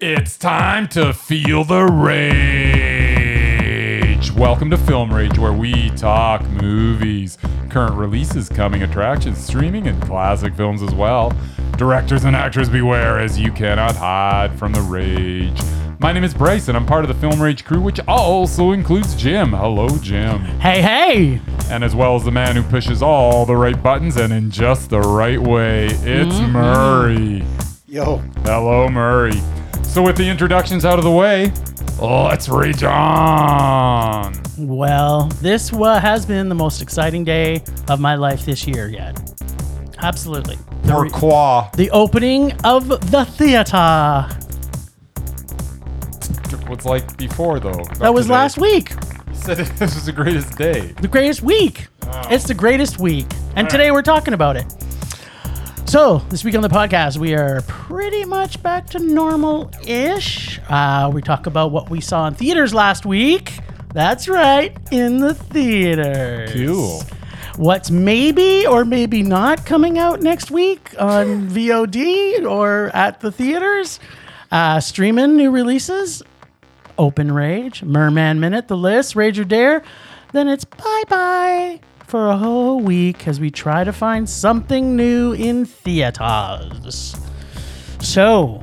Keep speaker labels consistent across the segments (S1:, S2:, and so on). S1: It's time to feel the rage. Welcome to Film Rage, where we talk movies, current releases, coming attractions, streaming, and classic films as well. Directors and actors beware, as you cannot hide from the rage. My name is Bryce, and I'm part of the Film Rage crew, which also includes Jim. Hello, Jim.
S2: Hey, hey!
S1: And as well as the man who pushes all the right buttons and in just the right way, it's
S2: Mm-hmm.
S1: Murray.
S3: Yo,
S1: Hello, Murray. So, with the introductions out of the way, let's rage on.
S2: Well, this wa- has been the most exciting day of my life this year yet. Absolutely. The, re-
S1: qua.
S2: the opening of the theater.
S1: What's like before, though?
S2: That was last week.
S1: You said this was the greatest day.
S2: The greatest week. It's the greatest week. And today we're talking about it. So, this week on the podcast, we are pretty much back to normal ish. Uh, we talk about what we saw in theaters last week. That's right, in the theaters.
S1: Cool.
S2: what's maybe or maybe not coming out next week on VOD or at the theaters, uh, streaming new releases, Open Rage, Merman Minute, The List, Rage or Dare. Then it's bye bye for a whole week as we try to find something new in theaters. So,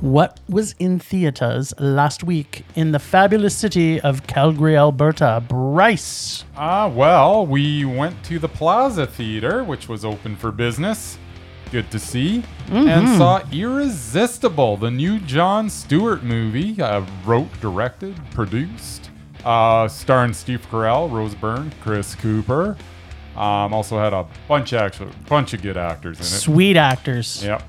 S2: what was in theaters last week in the fabulous city of Calgary, Alberta? Bryce.
S1: Ah, well, we went to the Plaza Theater, which was open for business. Good to see. And saw Irresistible, the new John Stewart movie, uh, wrote, directed, produced, uh, starring Steve Carell, Rose Byrne, Chris Cooper. Um, also had a bunch of actual, bunch of good actors in it.
S2: Sweet actors.
S1: Yep.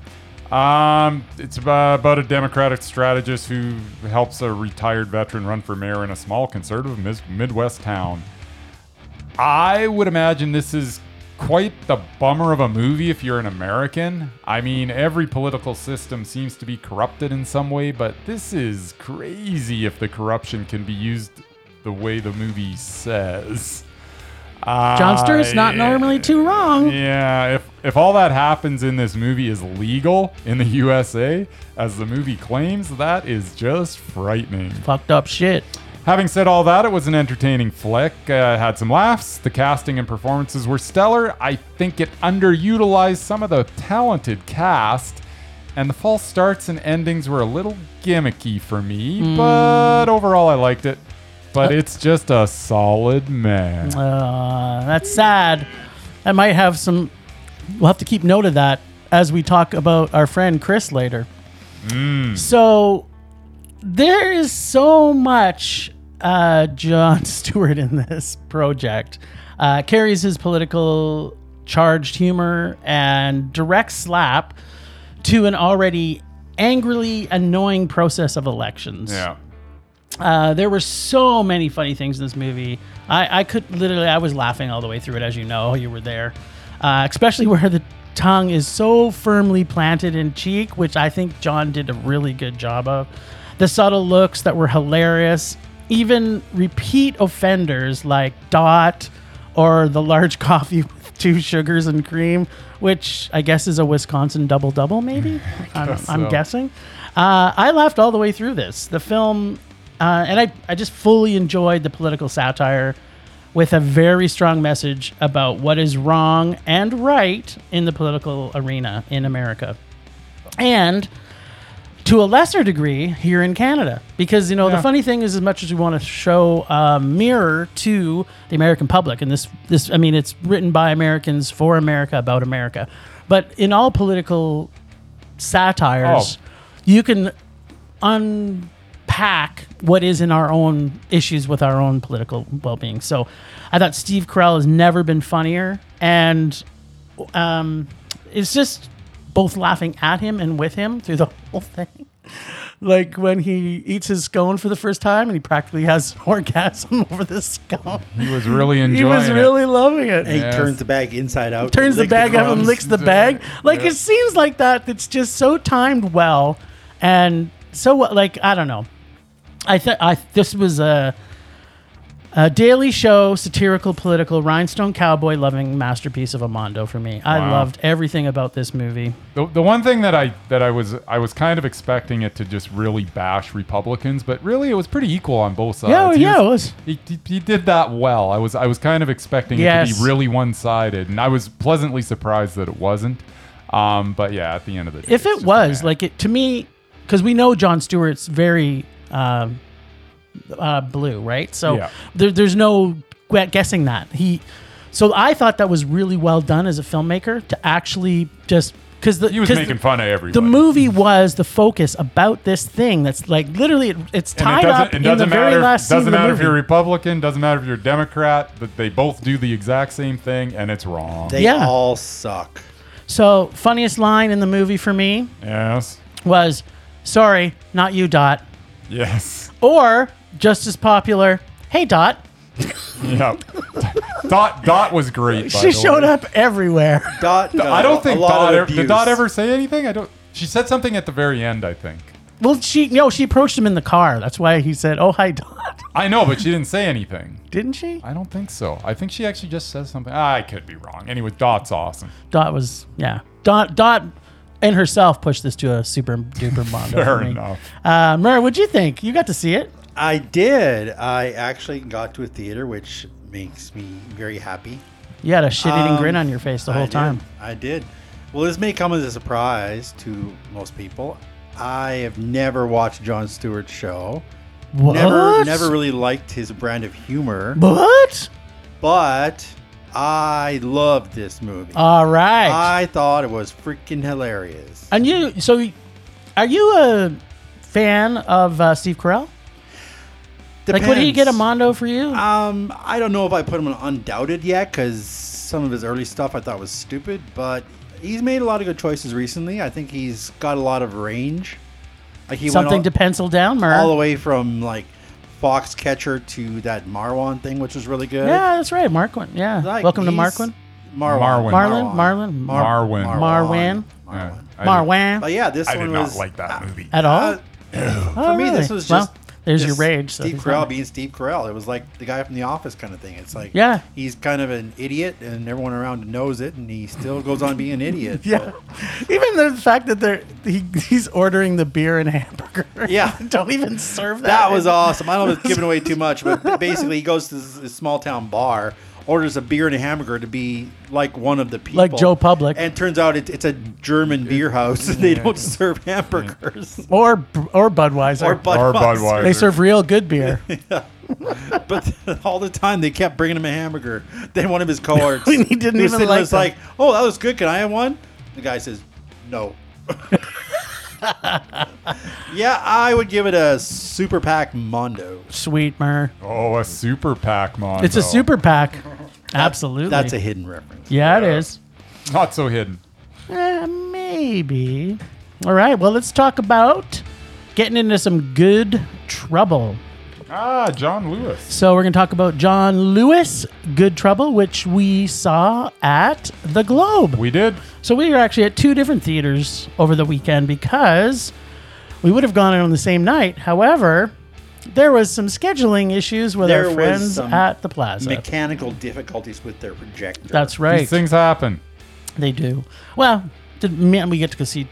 S1: Um, it's about, about a Democratic strategist who helps a retired veteran run for mayor in a small conservative mis- Midwest town. I would imagine this is quite the bummer of a movie if you're an American. I mean, every political system seems to be corrupted in some way, but this is crazy if the corruption can be used the way the movie says.
S2: John Stewart's not
S1: I-
S2: normally too wrong.
S1: yeah, if if all that happens in this movie is legal in the USA, as the movie claims, that is just frightening.
S2: Fucked up shit.
S1: Having said all that, it was an entertaining flick. Uh, had some laughs. The casting and performances were stellar. I think it underutilized some of the talented cast, and the false starts and endings were a little gimmicky for me.
S2: Hmm.
S1: But overall, I liked it. But it's just a solid man.
S2: Uh, that's sad. I might have some. We'll have to keep note of that as we talk about our friend Chris later. So there is so much uh, John Stewart in this project. Uh, carries his political charged humor and direct slap to an already angrily annoying process of elections.
S1: Yeah.
S2: Uh, there were so many funny things in this movie. I, I could literally, I was laughing all the way through it, as you know, you were there. Uh, especially where the tongue is so firmly planted in cheek, which I think John did a really good job of. The subtle looks that were hilarious. Even repeat offenders like Dot or the large coffee with two sugars and cream, which I guess is a Wisconsin double double, maybe? I'm, I'm
S1: so.
S2: guessing. Uh, I laughed all the way through this. The film uh, and I, I just fully enjoyed the political satire with a very strong message about what is wrong and right in the political arena in America. And to a lesser degree here in Canada. Because, you know,
S1: Yeah.
S2: the funny thing is, as much as we want to show a mirror to the American public, and this, this, I mean, it's written by Americans for America, about America. But in all political satires,
S1: Oh.
S2: you can unpack what is in our own issues with our own political well-being. So, I thought Steve Carell has never been funnier, and um, it's just both laughing at him and with him through the whole thing. Like when he eats his scone for the first time, and he practically has an orgasm over the scone.
S1: He was really enjoying
S2: He was
S1: it.
S2: really loving it.
S3: and he
S1: Yes.
S3: turns the bag inside out.
S2: turns the
S3: lick
S2: bag up and
S3: crumbs.
S2: licks the
S1: Yeah.
S2: bag. Like
S1: Yeah.
S2: it seems like that. It's just so timed well, and so what? Like I don't know. I thought I this was a A daily show, satirical, political, rhinestone cowboy loving masterpiece of Amondo for me. I
S1: Wow.
S2: loved everything about this movie.
S1: The, the one thing that I that I was I was kind of expecting it to just really bash Republicans, but really it was pretty equal on both sides.
S2: Yeah,
S1: He
S2: yeah, it
S1: was-
S2: was.
S1: He, he, he did that well. I was I was kind of expecting it
S2: Yes.
S1: to be really one sided, and I was pleasantly surprised that it wasn't. Um, but yeah, at the end of the day, it's
S2: If
S1: just
S2: it
S1: a
S2: was
S1: man.
S2: like it to me, because we know John Stewart's very um, uh, blue, right? So
S1: Yeah.
S2: there, there's no gu- guessing that he. So I thought that was really well done as a filmmaker to actually just because the
S1: he was
S2: 'cause
S1: making
S2: the,
S1: fun of everybody.
S2: the movie was the focus about this thing that's like literally it, it's
S1: And
S2: tied up in the very
S1: matter,
S2: last scene
S1: doesn't
S2: of the
S1: matter if
S2: movie.
S1: you're Republican, doesn't matter if you're Democrat, but they both do the exact same thing, and it's wrong.
S3: They
S2: Yeah.
S3: all suck.
S2: so funniest line in the movie for me
S1: yes,
S2: was, "Sorry, not you, Dot,"
S1: yes,
S2: or just as popular, "Hey, Dot."
S1: yep. Dot Dot was great. by
S2: She
S1: the
S2: showed
S1: way.
S2: up everywhere.
S3: Dot. no,
S1: I don't think
S3: a lot
S1: Dot
S3: of
S1: ever, did
S3: abuse.
S1: Dot ever say anything. I don't. She said something at the very end. I think.
S2: Well, she no, she approached him in the car. That's why he said, "Oh hi, Dot."
S1: I know, but she didn't say anything.
S2: Didn't she?
S1: I don't think so. I think she actually just says something. Ah, I could be wrong. Anyway, Dot's awesome.
S2: Dot was yeah. Dot Dot and herself pushed this to a super duper bond.
S1: Fair enough.
S2: Uh, Murray, what'd you think? You got to see it.
S3: I did. I actually got to a theater, which makes me very happy.
S2: You had a shit-eating
S3: Um,
S2: grin on your face the whole
S3: I did.
S2: time.
S3: I did. Well, this may come as a surprise to most people. I have never watched John Stewart's show.
S2: What?
S3: Never, never really liked his brand of humor,
S2: What?
S3: but I loved this movie.
S2: All right.
S3: I thought it was freaking hilarious.
S2: and you? So, are you a fan of uh, Steve Carell? Like, would he get a
S3: Depends.
S2: mondo for you?
S3: Um, I don't know if I put him on undoubted yet because some of his early stuff I thought was stupid, but he's made a lot of good choices recently. I think he's got a lot of range. Like he
S2: Something
S3: went
S2: to
S3: all,
S2: pencil down, Murray.
S3: all the way from like Foxcatcher to that Marwan thing, which was really good.
S2: yeah, that's right, Marquin. Yeah.
S3: Like,
S2: Welcome to
S3: he's-
S2: Marquin.
S3: Marwan.
S2: Marlon, Marlon,
S3: Mar-
S1: Marwin.
S2: Marwan.
S3: Marwan.
S1: Yeah, I
S2: Marwan.
S3: But yeah, this
S1: I
S3: one
S1: did not
S3: was
S1: like that movie.
S2: At all?
S3: Uh, for me, this was just
S2: well, there's your
S3: just
S2: rage. so
S3: Steve
S2: he's
S3: Carell
S2: not-
S3: being Steve Carell. It was like the guy from The Office kind of thing. It's like
S2: Yeah.
S3: he's kind of an idiot, and everyone around knows it, and he still goes on being an idiot.
S2: Yeah, even the fact that they're he, he's ordering the beer and hamburger.
S3: Yeah.
S2: don't even serve that.
S3: that was awesome. I don't know if it's giving away too much, but basically he goes to this, this small town bar, orders a beer and a hamburger to be like one of the people,
S2: Like Joe Public.
S3: and turns out it, it's a German beer house. and They don't serve hamburgers
S2: or or Budweiser.
S3: or
S1: Or
S3: Budweiser.
S1: Budweiser.
S2: they serve real good beer.
S3: But all the time they kept bringing him a hamburger. Then one of his cohorts,
S2: He didn't
S3: was
S2: even
S3: sitting there,
S2: like
S3: was
S2: them.
S3: like, "Oh, that was good. Can I have one?" The guy says, "No." yeah, I would give it a super pack mondo.
S2: Sweet mer.
S1: Oh, a super pack, Mondo.
S2: It's a super pack. Absolutely.
S3: That's a hidden reference.
S2: yeah, it is.
S1: Not so hidden.
S2: Uh, maybe. All right. Well, let's talk about getting into some good trouble.
S1: Ah, John Lewis.
S2: So we're going to talk about John Lewis, Good Trouble, which we saw at the Globe.
S1: We did.
S2: So we were actually at two different theaters over the weekend because we would have gone on the same night. However, there was some scheduling issues with
S3: There
S2: our
S3: was
S2: friends
S3: some
S2: at the plaza.
S3: Mechanical difficulties with their projector.
S2: That's right.
S1: These things happen.
S2: They do. Well, did, man, we get to go see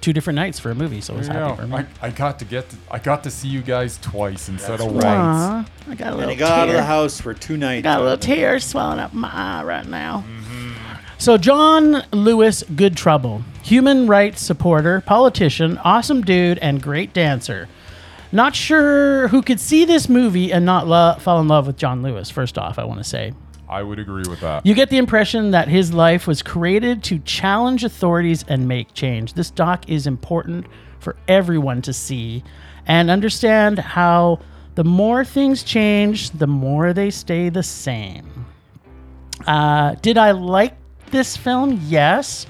S2: two different nights for a movie, so I was
S1: There you
S2: happy
S1: go.
S2: for me.
S1: I, I got to get. To, I got to see you guys twice instead of once.
S2: Aw, I got a
S3: And
S2: little
S3: he got out of
S2: tear.
S3: the house for two nights.
S2: Got a little tear swelling up my eye right now. So, John Lewis Good Trouble, human rights supporter, politician, awesome dude, and great dancer. Not sure who could see this movie and not lo- fall in love with John Lewis, first off, I want to say.
S1: I would agree with that.
S2: You get the impression that his life was created to challenge authorities and make change. This doc is important for everyone to see and understand how the more things change, the more they stay the same. Uh, did I like this film? Yes.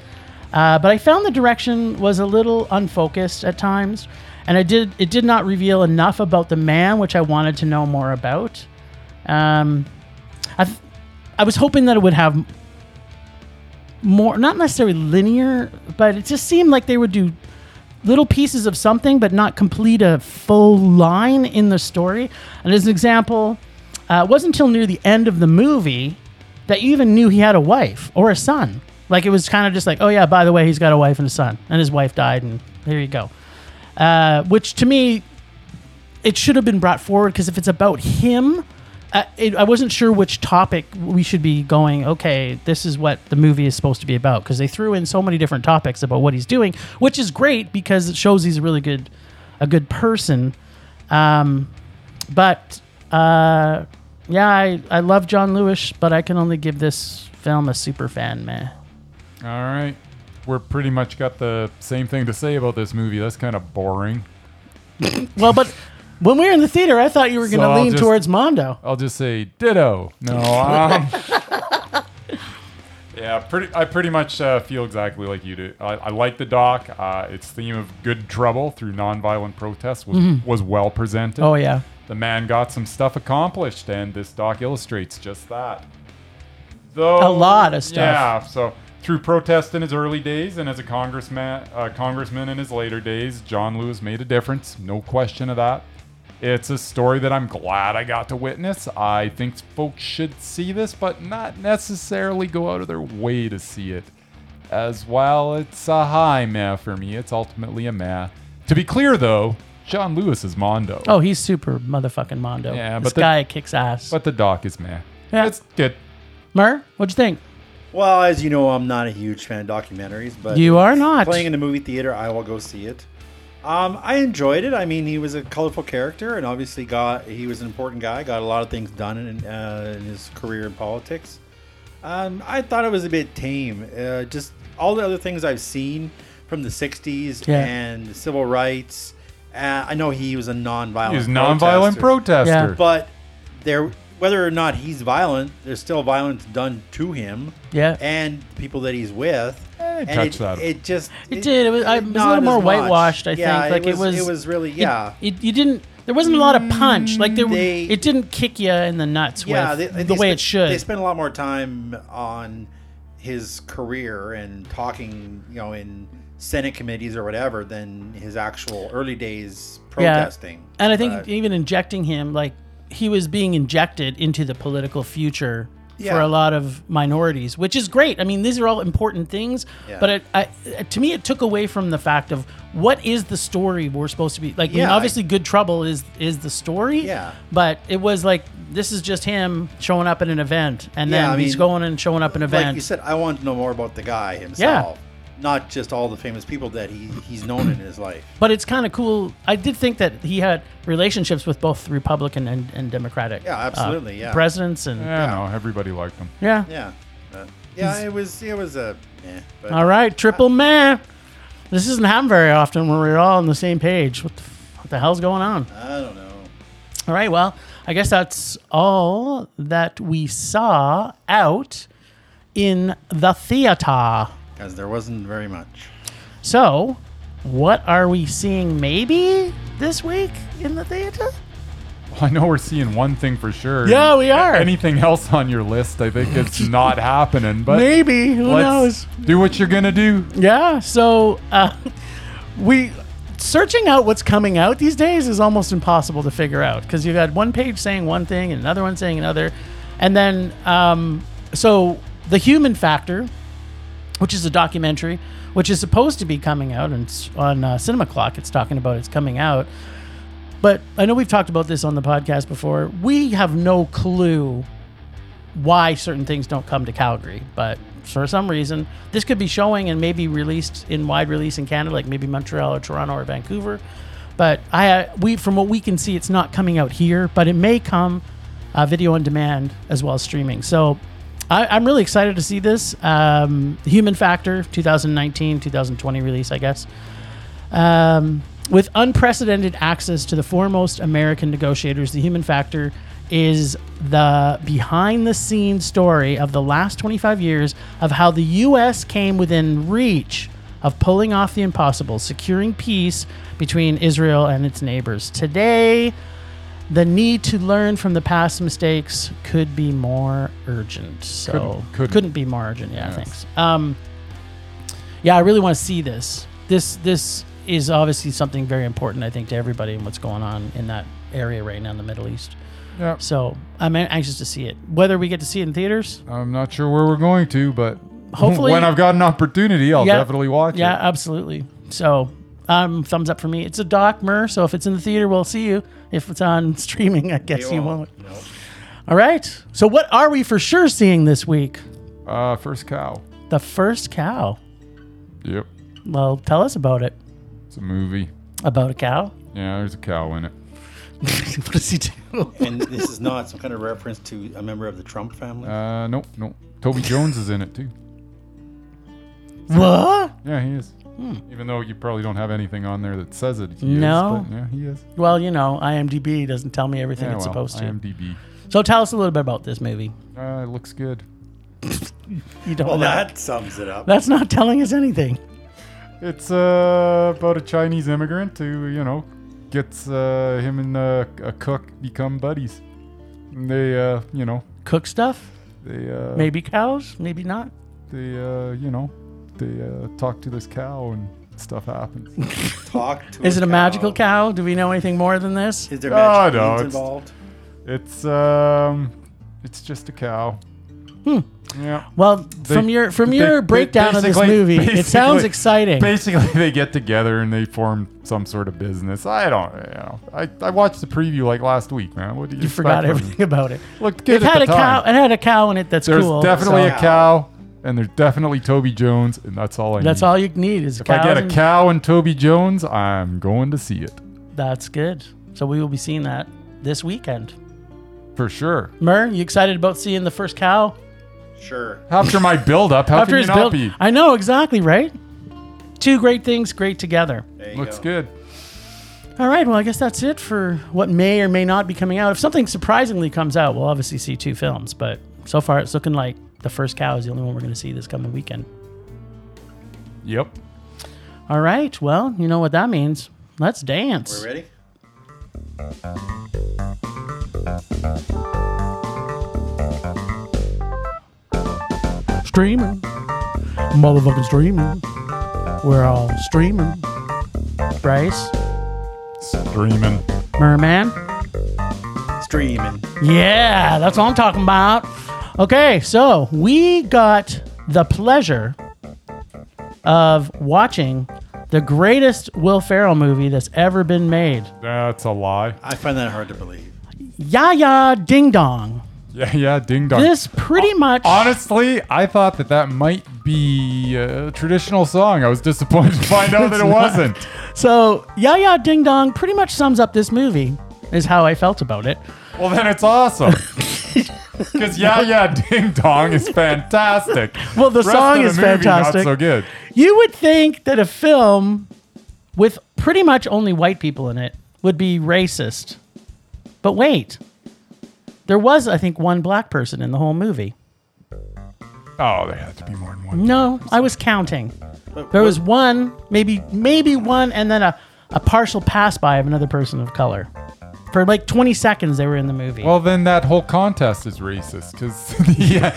S2: Uh, but I found the direction was a little unfocused at times, and I did it did not reveal enough about the man, which I wanted to know more about. Um, I th- I was hoping that it would have more, not necessarily linear, but it just seemed like they would do little pieces of something, but not complete a full line in the story. And as an example, Uh, it wasn't until near the end of the movie that you even knew he had a wife or a son. Like it was kind of just like, oh yeah, by the way, he's got a wife and a son, and his wife died, and there you go. Uh, which to me, it should have been brought forward because if it's about him, uh, it, I wasn't sure which topic we should be going. Okay, this is what the movie is supposed to be about because they threw in so many different topics about what he's doing, which is great because it shows he's a really good, a good person. Um, but uh, yeah, I, I love John Lewis, but I can only give this film a super fan meh.
S1: All right. We're pretty much got the same thing to say about this movie. That's kind of boring.
S2: Well, but when we were in the theater, I thought you were going
S1: So
S2: to
S1: I'll
S2: lean
S1: just-
S2: towards Mondo.
S1: I'll just say ditto. No. Um, yeah, pretty. I pretty much uh, feel exactly like you do. I, I like the doc. Uh, its theme of good trouble through nonviolent protest was, was well presented.
S2: Mm-hmm. Oh yeah,
S1: The man got some stuff accomplished, and this doc illustrates just that. Though
S2: A lot of stuff.
S1: Yeah. So through protest in his early days and as a congressman, uh, congressman in his later days, John Lewis made a difference. No question of that. It's a story that I'm glad I got to witness. I think folks should see this, but not necessarily go out of their way to see it. As well, it's a high meh for me. It's ultimately a meh. To be clear, though, John Lewis is Mondo.
S2: oh he's super motherfucking Mondo.
S1: Yeah,
S2: this
S1: but the-
S2: guy kicks ass.
S1: But the doc is meh.
S2: Yeah.
S1: It's good.
S2: Mer, what'd you think?
S3: Well, as you know, I'm not a huge fan of documentaries, but
S2: You are not.
S3: playing in the movie theater. I will go see it. Um, I enjoyed it. I mean, he was a colorful character, and obviously, got he was an important guy. Got a lot of things done in, uh, in his career in politics. Um, I thought it was a bit tame. Uh, just all the other things I've seen from the '60s
S2: Yeah.
S3: and civil rights. Uh, I know he was Oh, a nonviolent.
S1: He's nonviolent protester.
S3: But there, whether or not he's violent, there's still violence done to him
S2: Yeah,
S3: and people that he's with.
S1: they
S3: and
S1: Eh, touched
S3: it,
S1: that.
S3: It just
S2: It did. It was- I- it was a little
S3: not
S2: more
S3: as much.
S2: whitewashed, I
S3: Yeah,
S2: think. Like, it
S3: it was,
S2: was-
S3: It was really
S2: It-
S3: yeah. Mm,
S2: It, you didn't. There wasn't a lot of punch. Like there,
S3: They-
S2: it didn't kick you in the nuts
S3: yeah,
S2: with
S3: they-
S2: the
S3: they
S2: way
S3: spent-
S2: it should.
S3: They spent a lot more time on his career and talking, you know, in Senate committees or whatever than his actual early days protesting.
S2: And I think
S3: But-
S2: even injecting him, like he was being injected into the political future for
S3: Yeah.
S2: a lot of minorities, which is great. I mean, these are all important things,
S3: Yeah.
S2: but it, I, it- to me, it took away from the fact of what is the story we're supposed to be like. I mean,
S3: Yeah, I-
S2: obviously, Good Trouble is is the story,
S3: Yeah.
S2: But it was like this is just him showing up at an event, and
S3: Yeah,
S2: then
S3: I
S2: he's
S3: mean,
S2: going and showing up at an event.
S3: Like you said, I want to know more about the guy himself, not just all the famous people that he, he's known in his life.
S2: But it's kind of cool. I did think that he had relationships with both Republican and, and Democratic. uh,
S3: Yeah, absolutely, yeah.
S2: Presidents and yeah.
S1: yeah, no, everybody liked him.
S3: Yeah, Uh, yeah. It was it was a. Eh, but
S2: All right, triple man. This doesn't happen very often when we're all on the same page. What the, f- what the hell's going on?
S3: I don't know.
S2: All right, well, I guess that's all that we saw out in the theater.
S3: Because there wasn't very much.
S2: So, what are we seeing maybe this week in the theater?
S1: Well, I know we're seeing one thing for sure.
S2: Yeah, we are.
S1: Anything else on your list? I think it's not happening. But
S2: maybe. Who
S1: let's
S2: knows?
S1: do what you're gonna do.
S2: Yeah. So uh, we searching out what's coming out these days is almost impossible to figure out because you've got one page saying one thing and another one saying another, and then um, so the human factor, which is a documentary, which is supposed to be coming out and it's on uh, Cinema Clock, it's talking about it's coming out. But I know we've talked about this on the podcast before. We have no clue why certain things don't come to Calgary, but for some reason, this could be showing and maybe released in wide release in Canada, like maybe Montreal or Toronto or Vancouver. But I, uh, we, from what we can see, it's not coming out here, but it may come uh, video on demand as well as streaming. So I, I'm really excited to see this. Um, Human Factor 2019, 2020 release, I guess um, with unprecedented access to the foremost American negotiators, the human factor is the behind the scenes story of the last 25 years of how the U.S. came within reach of pulling off the impossible, securing peace between Israel and its neighbors. Today, the need to learn from the past mistakes could be more urgent. So
S1: Couldn't- couldn't.
S2: be more urgent. Yeah,
S1: Yes.
S2: thanks. Um, yeah, I really want to see this. This this is obviously something very important, I think, to everybody and what's going on in that area right now in the Middle East.
S1: Yeah.
S2: So I'm anxious to see it. Whether we get to see it in theaters,
S1: I'm not sure where we're going to, but
S2: Hopefully-
S1: when I've got an opportunity, I'll
S2: Yeah.
S1: definitely watch
S2: yeah,
S1: it.
S2: absolutely. So um, thumbs up for me. It's a doc, Mer. So if it's in the theater, we'll see you. If it's on streaming, I guess you won't.
S3: No.
S2: All right. So what are we for sure seeing this week?
S1: Uh, first cow.
S2: The first cow.
S1: Yep,
S2: Well, tell us about it.
S1: it's a movie.
S2: About a cow.
S1: Yeah, there's a cow in it.
S2: what does he do?
S3: And this is not some kind of reference to a member of the Trump family.
S1: Uh, nope, nope. Toby Jones is in it too.
S2: what?
S1: Yeah, he is.
S2: Hmm.
S1: Even though you probably don't have anything on there that says it. He
S2: No.
S1: Is, but yeah, he is.
S2: Well, you know, IMDb doesn't tell me everything
S1: Yeah,
S2: it's
S1: well,
S2: supposed to.
S1: IMDb.
S2: So tell us a little bit about this movie.
S1: Uh, it looks good.
S2: You don't
S3: well,
S2: know.
S3: that sums it up.
S2: That's not telling us anything.
S1: It's uh, about a Chinese immigrant who, you know, gets uh, him and uh, a cook become buddies. And they, uh, you know,
S2: Cook stuff?
S1: they, uh,
S2: Maybe cows? Maybe not.
S1: they, uh, you know, they uh, talk to this cow and stuff happens.
S3: Talk to
S2: Is it a magical cow? Do we know anything more than this?
S3: Is there
S1: Oh,
S3: magic
S1: no,
S3: beans
S1: it's-
S3: involved?
S1: it's um, it's just a cow.
S2: Hmm.
S1: Yeah.
S2: Well, from your from your
S1: Ba- ba-
S2: breakdown of this
S1: basically-
S2: movie, it sounds
S1: basically-
S2: exciting.
S1: Basically, they get together and they form some sort of business. I don't, you know. I, I watched the preview like last week, man. What do you
S2: you forgot
S1: expect from me?
S2: everything about it.
S1: Looked
S2: It
S1: good at
S2: had
S1: the
S2: a cow.
S1: time.
S2: It had a cow in it. That's
S1: There's
S2: cool.
S1: definitely
S2: so
S1: a cow, and there's definitely Toby Jones, and that's all I need.
S2: That's all you need is
S1: If I get a
S2: and-
S1: cow and Toby Jones, I'm going to see it
S2: That's good. So we will be seeing that this weekend.
S1: for sure.
S2: Mer, you excited about seeing the first cow
S3: Sure.
S1: After my build-up, how
S2: after
S1: can you
S2: his
S1: not
S2: build?
S1: be?
S2: I know exactly, right? Two great things, great together.
S3: There you
S1: Looks
S3: go.
S1: good.
S2: All right, well, I guess that's it for what may or may not be coming out. If something surprisingly comes out, we'll obviously see two films, but so far it's looking like the first cow is the only one we're going to see this coming weekend.
S1: Yep.
S2: All right, well, you know what that means. Let's dance.
S3: We're ready?
S2: Streaming. Motherfucking streaming. We're all streaming. Bryce,
S1: Streaming.
S2: Merman.
S3: Streaming.
S2: Yeah, that's what I'm talking about. Okay, so we got the pleasure of watching the greatest Will Ferrell movie that's ever been made.
S1: That's a lie.
S3: I find that hard to believe.
S2: Yaya Ding Dong.
S1: Yeah, yeah. Ding dong.
S2: This pretty much
S1: Honestly, I thought that that might be a traditional song. I was disappointed to find out that it wasn't.
S2: so Yaya Ding Dong pretty much sums up this movie is how I felt about it.
S1: Well, then it's awesome. Because yeah, yeah, ding dong is fantastic.
S2: Well, the
S1: Rest of
S2: song is
S1: movie,
S2: fantastic.
S1: Not so good.
S2: You would think that a film with pretty much only white people in it would be racist. But wait, there was, I think, one black person in the whole movie.
S1: Oh, there had to be more than one.
S2: No, I was counting.
S3: But
S2: There
S3: what-
S2: was one, maybe, maybe one, and then a, a partial pass by of another person of color. For like 20 seconds, they were in the movie.
S1: Well, then that whole contest is racist because yeah,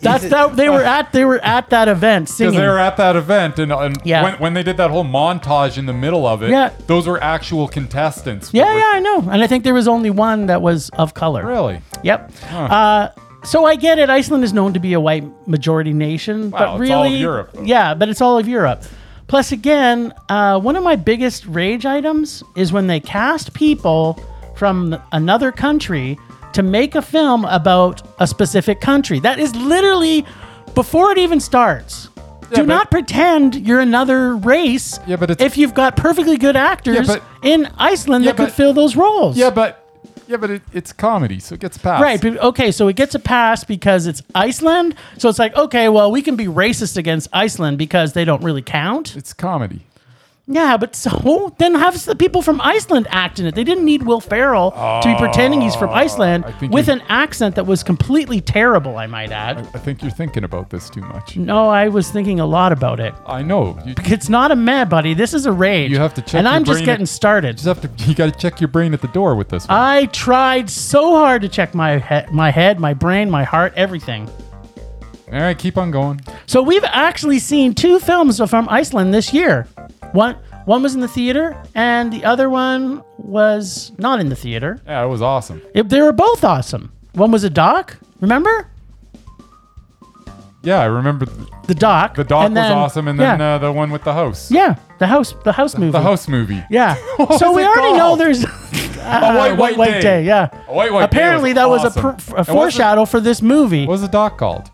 S2: That's that they were at they were at that event
S1: because
S2: singing.
S1: they were at that event and, and
S2: Yeah.
S1: when, when they did that whole montage in the middle of it,
S2: Yeah.
S1: those were actual contestants.
S2: yeah, yeah, I know. And I think there was only one that was of color.
S1: Really?
S2: Yep. Uh, so I get it. Iceland is known to be a white majority nation,
S1: Wow,
S2: but
S1: it's
S2: really,
S1: all of Europe, though.
S2: yeah, but it's all of Europe. Plus, again, uh, one of my biggest rage items is when they cast people from another country to make a film about a specific country. That is literally before it even starts. Do
S1: but-
S2: not pretend you're another race
S1: Yeah, but it's-
S2: if you've got perfectly good actors
S1: but-
S2: in Iceland
S1: Yeah,
S2: that could
S1: but-
S2: fill those roles.
S1: Yeah, but yeah, but it, it's comedy, so it gets passed.
S2: Right. But, okay. So it gets a pass because it's Iceland. So it's like, okay, well, we can be racist against Iceland because they don't really count.
S1: it's comedy.
S2: Yeah. But so then have the people from Iceland act in it. They didn't need Will Ferrell to be pretending he's from Iceland
S1: Ah, I think
S2: with
S1: you-
S2: an accent that was completely terrible, I might add.
S1: I think you're thinking about this too much.
S2: no, I was thinking a lot about it.
S1: I know. You
S2: It's not a meh, buddy. This is a rage.
S1: You have to check
S2: And
S1: your
S2: I'm just
S1: brain-
S2: getting started.
S1: just have to. You got to check your brain at the door with this one.
S2: I tried so hard to check my he- my head, my brain, my heart, everything.
S1: All right, keep on going.
S2: So we've actually seen two films from Iceland this year. One one was in the theater, and the other one was not in the theater.
S1: Yeah, it was awesome.
S2: It, they were both awesome. One was a doc, remember?
S1: Yeah, I remember th-
S2: The doc.
S1: the doc
S2: and
S1: was
S2: then-
S1: awesome, and then
S2: yeah,
S1: uh, the one with the host.
S2: yeah, the house, the house movie.
S1: The host movie.
S2: Yeah.
S1: What
S2: so
S1: was
S2: we
S1: it
S2: already know
S1: called?
S2: there's uh,
S1: A white, white, day.
S2: Yeah.
S1: A white, white day
S2: Apparently
S1: was
S2: that was
S1: awesome.
S2: a, pr- a
S1: And what's the-
S2: foreshadow for this movie.
S1: What was the doc called?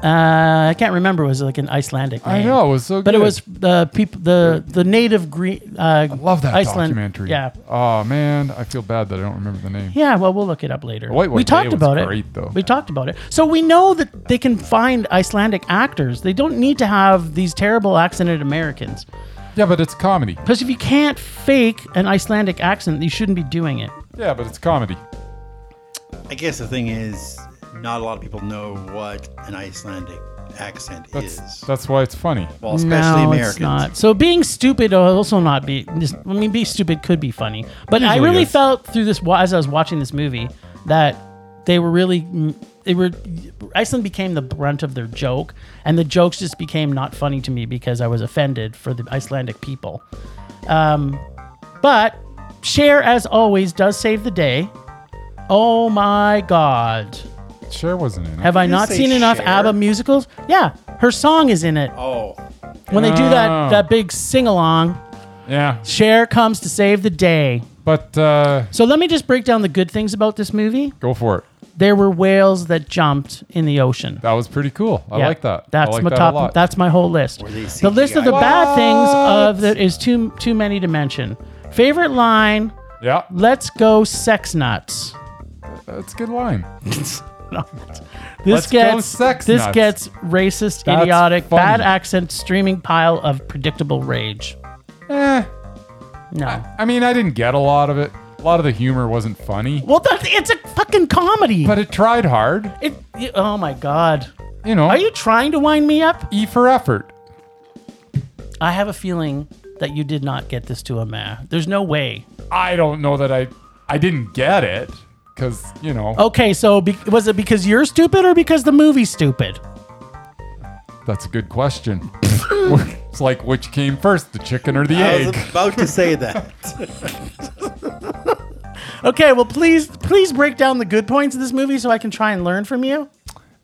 S2: Uh, I can't remember. It was like an Icelandic. Name.
S1: I know it was so.
S2: But it
S1: good.
S2: was the people, the the native green. Uh,
S1: love that
S2: Iceland.
S1: documentary.
S2: Yeah,
S1: Oh man, I feel bad that I don't remember the name.
S2: yeah. Well, we'll look it up later.
S1: White
S2: we
S1: White Day
S2: talked
S1: was
S2: about it.
S1: great, though.
S2: We talked about it. So we know that they can find Icelandic actors. They don't need to have these terrible accented Americans.
S1: Yeah, but it's comedy.
S2: Because if you can't fake an Icelandic accent, you shouldn't be doing it.
S1: Yeah, but it's comedy.
S3: I guess the thing is, not a lot of people know what an Icelandic accent is.
S1: That's why it's funny.
S3: well, especially
S2: no,
S3: Americans.
S2: it's not. So being stupid will also not be. Just, I mean, be stupid could be funny, but I
S1: Usually
S2: really
S1: is.
S2: felt through this wa- as I was watching this movie that they were really mm, they were Iceland became the brunt of their joke, and the jokes just became not funny to me because I was offended for the Icelandic people. Um, but Cher, as always, does save the day. Oh my God!
S1: Cher wasn't in it.
S2: Have I
S3: you
S2: not
S3: say
S2: seen enough
S3: Cher?
S2: ABBA musicals? Yeah, her song is in it
S3: Oh,
S2: when they do
S1: Oh.
S2: that that big sing along,
S1: yeah,
S2: Cher comes to save the day.
S1: but uh,
S2: So let me just break down the good things about this movie.
S1: go for it.
S2: There were whales that jumped in the ocean.
S1: That was pretty cool. I
S2: Yeah,
S1: like that.
S2: That's
S1: I like
S2: my
S1: that a
S2: top.
S1: lot.
S2: That's my whole list.
S3: they
S2: The list of the
S3: CGI?
S2: bad things of
S1: What?
S2: that is too too many to mention. Favorite line:
S1: yeah,
S2: "Let's go sex nuts."
S1: that's a good line.
S2: No, that's- this
S1: Let's go
S2: gets
S1: sex
S2: this
S1: nuts.
S2: gets racist,
S1: That's
S2: idiotic,
S1: funny.
S2: bad accent, streaming pile of predictable rage.
S1: Eh,
S2: No.
S1: I mean, I didn't get a lot of it. A lot of the humor wasn't funny,
S2: Well, that, it's a fucking comedy.
S1: but it tried hard.
S2: It, y- oh my god.
S1: You know,
S2: Are you trying to wind me up?
S1: E for effort.
S2: I have a feeling that you did not get this to a man. There's no way.
S1: I don't know that I I didn't get it because you know
S2: Okay, so be- was it because you're stupid or because the movie's stupid?
S1: that's a good question. it's like which came first, the chicken or the
S3: I
S1: egg?
S3: was about to say that.
S2: Okay, well please please break down the good points of this movie so I can try and learn from you.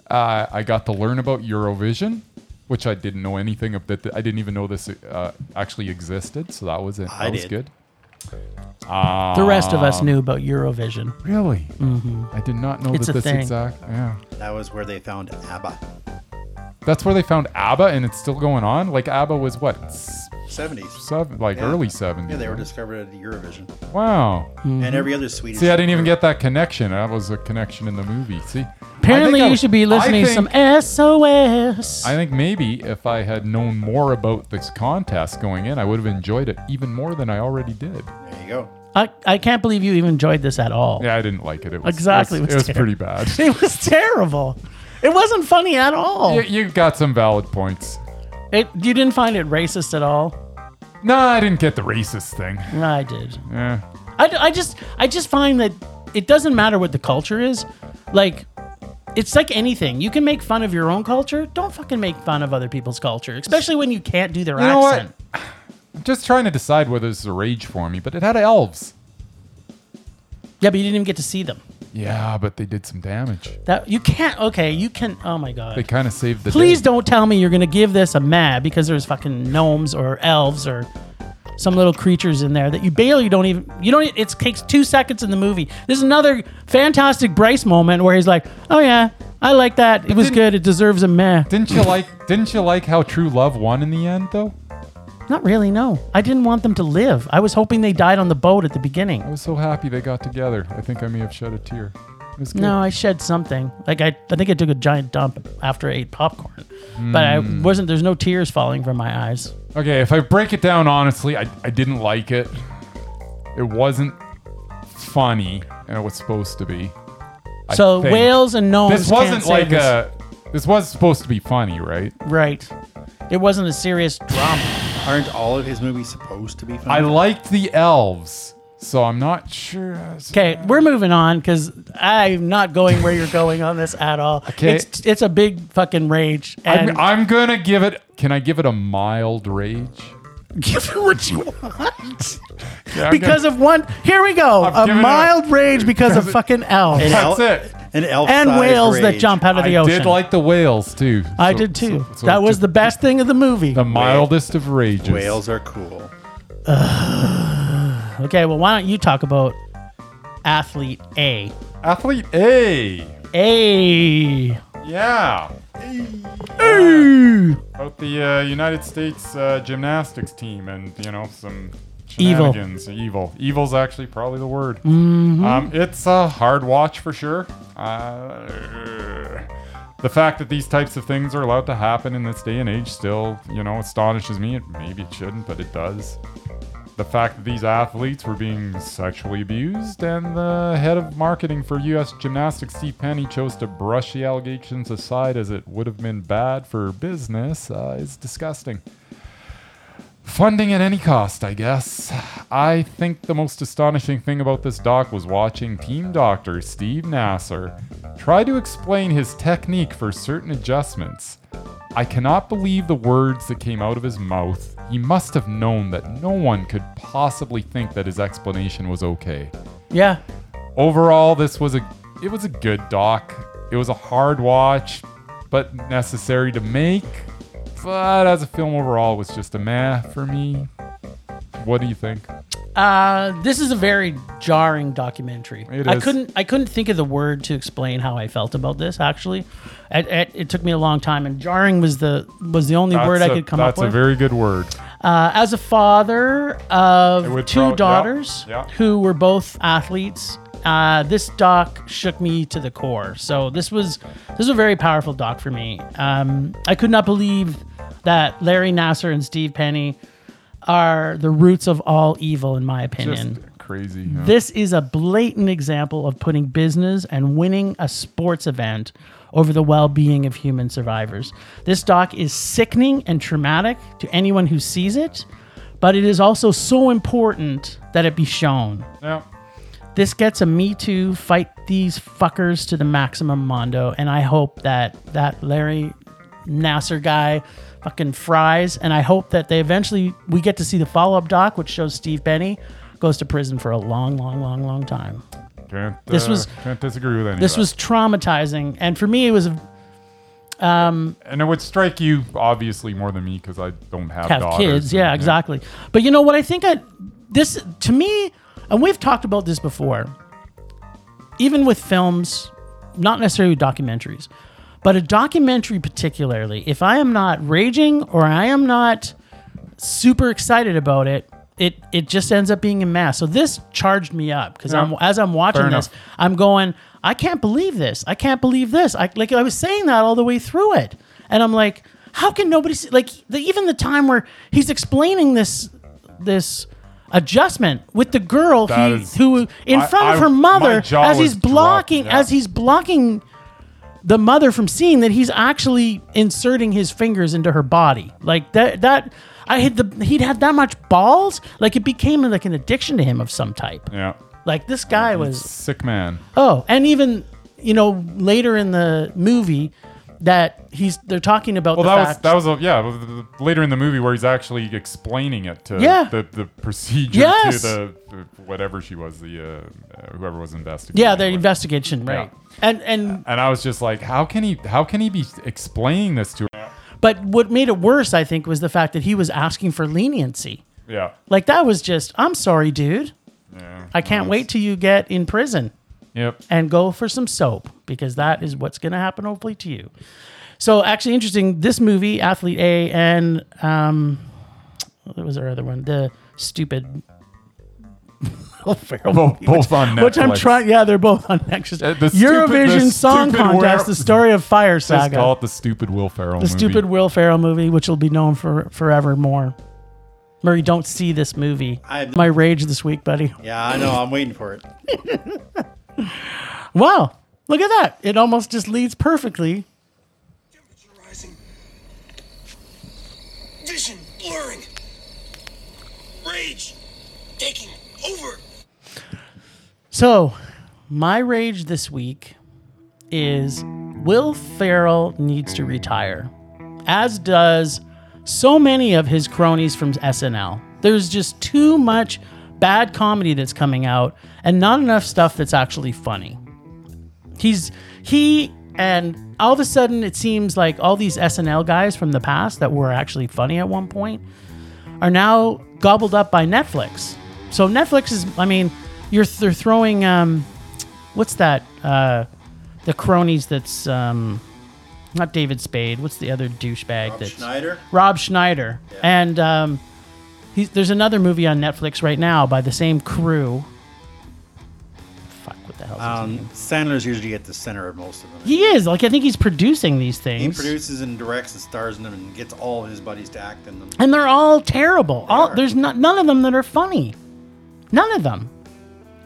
S1: Uh, I got to learn about Eurovision, which I didn't know anything of. That I didn't even know this uh, actually existed. So that was it. That
S3: I
S1: was
S3: did.
S1: good.
S2: The rest of us knew about Eurovision.
S1: Really? Mm-hmm. I did not know
S2: It's
S1: that
S2: a
S1: this
S2: thing.
S1: exact. Yeah.
S3: That was where they found ABBA.
S1: That's where they found ABBA, and it's still going on. Like ABBA was what, s-
S3: 70s.
S1: seven, like
S3: Yeah.
S1: early seventies.
S3: Yeah, they were discovered at Eurovision.
S1: Wow.
S3: And every other Swedish.
S1: Mm-hmm. See, I didn't even get that connection. That was a connection in the movie. See.
S2: Apparently
S1: I
S2: you
S1: think I-
S2: should be
S1: I
S2: listening to
S1: think-
S2: some SOS.
S1: I think maybe if I had known more about this contest going in, I would have enjoyed it even more than I already did.
S3: There you go.
S2: I, I can't believe you even enjoyed this at all.
S1: Yeah, I didn't like it. It was
S2: Exactly,
S1: It
S2: it
S1: was,
S2: was
S1: it was
S2: terrible.
S1: pretty bad.
S2: It was terrible. It wasn't funny at all.
S1: you, you got some valid points.
S2: It, you didn't find it racist at all?
S1: No, I didn't get the racist thing.
S2: No, I did.
S1: Eh.
S2: I, I just I just find that it doesn't matter what the culture is. Like it's like anything. You can make fun of your own culture. Don't fucking make fun of other people's culture, especially when you can't do their
S1: You know what?
S2: accent.
S1: I'm just trying to decide whether this is a rage for me, but it had elves.
S2: Yeah, but you didn't even get to see them.
S1: Yeah, but they did some damage.
S2: That you can't. Okay, you can. Oh my
S1: They
S2: god.
S1: kind of saved the
S2: Please
S1: day.
S2: don't tell me you're gonna give this a mad because there's fucking gnomes or elves or some little creatures in there that you barely don't even you don't. e, It takes two seconds in the movie. There's another fantastic Bryce moment where he's like, "Oh yeah, I like that. It was
S1: didn't-
S2: good. It deserves a meh."
S1: Didn't you like? Didn't you like how True Love won in the end, though?
S2: Not really, no. I didn't want them to live. I was hoping they died on the boat at the
S1: I
S2: beginning.
S1: was so happy they got together. I think I may have shed a tear. It was good.
S2: No, I shed something. Like I, I think I took a giant dump after I ate popcorn. But I wasn't. There's no tears falling from my eyes.
S1: Okay, if I break it down honestly, I, I didn't like it. It wasn't funny, and it was supposed to be. I
S2: so
S1: think.
S2: whales and gnomes.
S1: This wasn't
S2: can't
S1: like
S2: save us.
S1: a. This was supposed to be funny, right?
S2: right. It wasn't a serious drama.
S3: Aren't all of his movies supposed to be funny?
S1: I
S2: Mm-hmm.
S1: liked the elves, so I'm not sure.
S2: Okay, we're moving on because I'm not going where you're going on this at all.
S1: Okay.
S2: It's it's a big fucking rage. And
S1: I'm, I'm gonna give it. Can I give it a mild rage?
S2: Give her what you want.
S1: Yeah, I'm
S2: because
S1: gonna-
S2: of one. Here we go.
S1: I've
S2: a
S1: given it
S2: mild rage because of
S1: Because it-
S2: fucking elves
S3: An
S2: and,
S1: That's
S3: el-
S1: it.
S3: An elf
S2: whales that jump out of the
S1: I
S2: ocean.
S1: did like the whales too.
S2: I
S1: So-
S2: did too.
S1: so- Um, so
S2: that was
S1: just
S2: the best thing of the movie.
S1: the mildest of rages.
S3: Whales are cool.
S2: okay, well, why don't you talk about athlete A?
S1: Athlete A.
S2: A.
S1: Yeah.
S2: Ooh.
S1: About the uh, United States uh, gymnastics team and, you know, some
S2: Evil.
S1: shenanigans. Evil. Evil's actually probably the word. Um, it's a hard watch for sure. Uh, the fact that these types of things are allowed to happen in this day and age still, you know, astonishes me. It, maybe it shouldn't, but it does. The fact that these athletes were being sexually abused, and the head of marketing for U.S. gymnastics, Steve Penny, chose to brush the allegations aside as it would have been bad for business, uh, is disgusting. Funding at any cost, I guess. I think the most astonishing thing about this doc was watching team doctor Steve Nasser try to explain his technique for certain adjustments. I cannot believe the words that came out of his mouth. He must have known that no one could possibly think that his explanation was okay
S2: Yeah.
S1: overall this was a it was a good doc it was a hard watch but necessary to make but as a film overall it was just a meh for me what do you think
S2: Uh, this is a very jarring documentary.
S1: It
S2: I
S1: is.
S2: couldn't I couldn't think of the word to explain how I felt about this. Actually, it, it, it took me a long time, and jarring was the was the only word I
S1: That's a-
S2: could come
S1: that's
S2: up with.
S1: a very good word
S2: uh, as a father of
S1: It would
S2: two
S1: prob- yeah,
S2: daughters
S1: yeah.
S2: who were both athletes, uh, this doc shook me to the core. So this was this was a very powerful doc for me. Um, I could not believe that Larry Nasser and Steve Penny are the roots of all evil, in my
S1: just
S2: opinion.
S1: crazy yeah.
S2: This is a blatant example of putting business and winning a sports event over the well being of human survivors. This doc is sickening and traumatic to anyone who sees it, but it is also so important that it be shown.
S1: Yeah.
S2: This gets a Me Too fight these fuckers to the maximum mondo, and I hope that that Larry Nasser guy fucking fries, and I hope that they eventually we get to see the follow up doc, which shows Steve Benny goes to prison for a long, long, long, long time.
S1: can't
S2: This
S1: uh,
S2: was-
S1: can't disagree with any
S2: This
S1: of that.
S2: was traumatizing, and for me, it was
S1: and it would strike you obviously more than me because i don't have,
S2: have
S1: daughters
S2: kids.
S1: and-
S2: Yeah, exactly. But you know what? I think I this to me, and we've talked about this before. Even with films, not necessarily documentaries, but a documentary particularly, if I am not raging or I am not super excited about it, it it just ends up being a mess. So this charged me up because
S1: Yeah.
S2: I'm as I'm watching
S1: Fair
S2: this,
S1: enough.
S2: I'm going, I can't believe this. I can't believe this. I like I was saying that all the way through it, and I'm like, how can nobody see? Like the, even the time where he's explaining this this adjustment with the girl
S1: That
S2: he,
S1: is-
S2: who in
S1: I-
S2: front of
S1: I-
S2: her
S1: my
S2: mother
S1: jaw
S2: as
S1: was
S2: he's blocking
S1: dropped, yeah.
S2: as he's blocking the mother from seeing that he's actually inserting his fingers into her body. Like that that I had the he'd had that much balls. Like it became like an addiction to him of some type.
S1: yeah
S2: Like this guy was
S1: sick man
S2: oh, and even you know later in the movie that he's they're talking about
S1: Well,
S2: the
S1: that
S2: fact
S1: was that was a, yeah w- w- later in the movie where he's actually explaining it to
S2: Yeah.
S1: the, the procedure
S2: Yes.
S1: to the, the- whatever she was the uh, uh, whoever was investigating.
S2: yeah, the
S1: her.
S2: investigation, right. And and
S1: and I was just like, how can he how can he be explaining this to her?
S2: But what made it worse, I think, was the fact that he was asking for leniency.
S1: Yeah,
S2: Like that was just, I'm sorry, dude.
S1: yeah.
S2: I can't wait till you get in prison
S1: Yep.
S2: and go for some soap because that is what's going to happen, hopefully, to you. So, actually, interesting. This movie, Athlete A, and um, what was our other one? The stupid. Will Ferrell
S1: Both,
S2: movie,
S1: both on Netflix.
S2: Which I'm trying. Yeah, they're both on Nexus.
S1: Uh, the stupid-
S2: Eurovision
S1: the
S2: Song
S1: stupid
S2: Contest:
S1: Will-
S2: The Story of Fire
S1: Just
S2: Saga
S1: call it the stupid Will Ferrell.
S2: the stupid Will Ferrell movie, which will be known for forevermore. Murray, don't see this movie.
S3: I-
S2: My rage this week, buddy.
S3: Yeah, I know. I'm waiting for it.
S2: Wow, look at that! It almost just leads perfectly.
S4: Temperature rising. Vision blurring. Rage taking over.
S2: So, my rage this week is Will Ferrell needs to retire, as does so many of his cronies from SNL. There's just too much bad comedy that's coming out and not enough stuff that's actually funny. He's he and all of a sudden it seems like all these SNL guys from the past that were actually funny at one point are now gobbled up by Netflix. So Netflix is I mean, you're they're throwing um what's that uh the cronies that's um not David Spade, what's the other douchebag that's
S3: Schneider.
S2: Rob Schneider. And um, he's, there's another movie on Netflix right now by the same crew. Fuck, what the hell?
S3: Um, Sandler's usually at the center of most of them.
S2: he is. Like, I think he's producing these
S3: He
S2: things.
S3: produces and directs and stars in them and gets all of his buddies to act in them.
S2: and they're all terrible. all,
S3: are.
S2: There's not, none of them that are funny. None of them.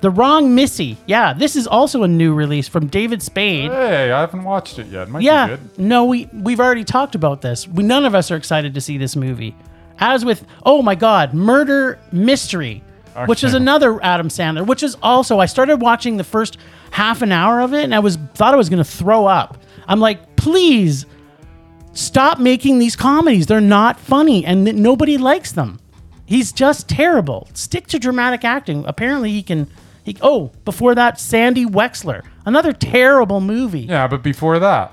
S2: The Wrong Missy. Yeah, this is also a new release from David Spade.
S1: Hey, I haven't watched it yet. Might be
S2: Yeah.
S1: good.
S2: No, we we've already talked about this. We none of us are excited to see this movie. As with oh my god, Murder Mystery, which is
S1: Okay.
S2: another Adam Sandler, which is also I started watching the first half an hour of it and I was thought I was going to throw up. I'm like, "Please stop making these comedies. They're not funny and th- nobody likes them." He's just terrible. Stick to dramatic acting. Apparently he can he, oh, before that, Sandy Wexler, another terrible movie.
S1: Yeah, but before that.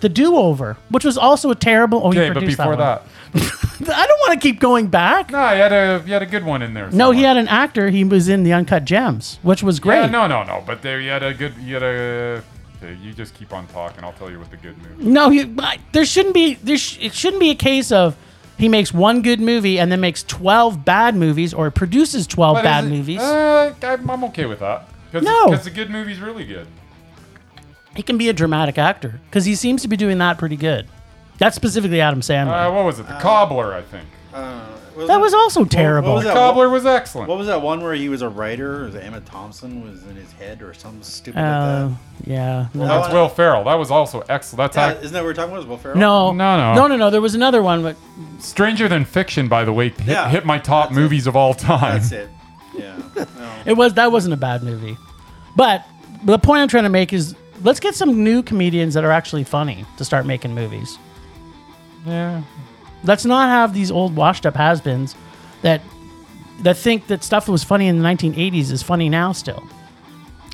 S2: The Do Over, which was also a terrible. Oh,
S1: Okay,
S2: he
S1: but
S2: produced
S1: before that.
S2: one. I don't want to keep going back.
S1: No, you had a you had a good one in there.
S2: No,
S1: somewhere.
S2: he had an actor. He was in the Uncut Gems, which was great.
S1: Yeah, no, no, no. But there you had a good you had a okay, you just keep on talking. I'll tell you what the good movie.
S2: No, he, I- there shouldn't be. There sh- it shouldn't be a case of he makes one good movie and then makes twelve bad movies, or produces twelve
S1: But
S2: bad
S1: is it-
S2: movies.
S1: Uh, I'm, I'm okay with that. Cause,
S2: No.
S1: because the good movie's really good.
S2: he can be a dramatic actor because he seems to be doing that pretty good. That's specifically Adam Sandler.
S1: Uh, what was it? The Cobbler, I think.
S2: that was also terrible.
S3: was that?
S1: Cobbler was excellent.
S3: What was that one where he was a writer? Was it Emma Thompson was in his head or something stupid
S2: Uh,
S3: like
S2: yeah. no.
S1: That's Will Ferrell. That was also excellent. That's
S3: that?
S1: act-
S3: Yeah, isn't that what we're talking about? Was Will Ferrell?
S2: no,
S1: No, no.
S2: no, no, no. There was another one, but
S1: Stranger Than Fiction, by the way, hit,
S3: Yeah,
S1: hit my top
S3: that's it.
S1: movies of all time.
S3: That's it. Yeah. No.
S2: It was that wasn't a bad movie, but the point I'm trying to make is let's get some new comedians that are actually funny to start making movies.
S1: Yeah.
S2: Let's not have these old washed up has-beens that that think that stuff that was funny in the 1980s is funny now still.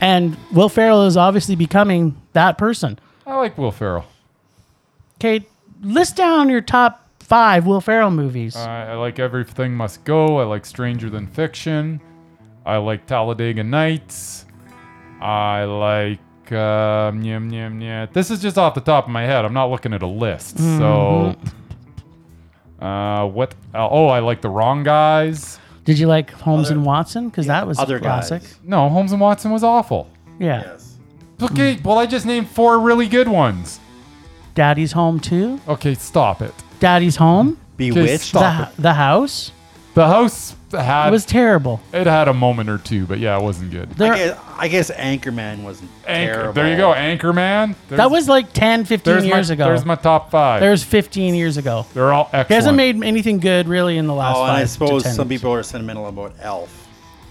S2: And Will Ferrell is obviously becoming that person.
S1: I like Will Ferrell.
S2: Okay, list down your top five Will Ferrell movies.
S1: Uh, I like Everything Must Go. I like Stranger Than Fiction. I like Talladega Nights. I like. Um, yum, yum, yum. This is just off the top of my head. I'm not looking at a list.
S2: Mm-hmm.
S1: So. Uh, what? Uh, oh, I like The Wrong Guys.
S2: Did you like Holmes and Watson? Because that was
S3: Other
S2: a classic.
S3: guys.
S1: No, Holmes and Watson was awful.
S2: Yeah.
S3: Yes.
S1: Okay,
S2: Hmm.
S1: well, I just named four really good ones.
S2: Daddy's Home too.
S1: Okay, stop it.
S2: Daddy's Home.
S1: Okay,
S3: Bewitched.
S1: stop
S2: The,
S1: it.
S2: the House.
S1: The house
S2: It
S1: had
S2: was terrible.
S1: it had a moment or two, but yeah, it wasn't good.
S2: There,
S3: I guess, I guess Anchorman wasn't
S1: Anchor,
S3: terrible.
S1: there you go, Anchorman. There's-
S2: that was like 10, 15
S1: there's
S2: years
S1: my,
S2: ago.
S1: There's my top five.
S2: There's 15 years ago.
S1: They're all excellent.
S2: He hasn't made anything good really in the last
S3: Oh, and
S2: five
S3: I
S2: to
S3: suppose
S2: 10
S3: some
S2: years.
S3: people are sentimental about Elf.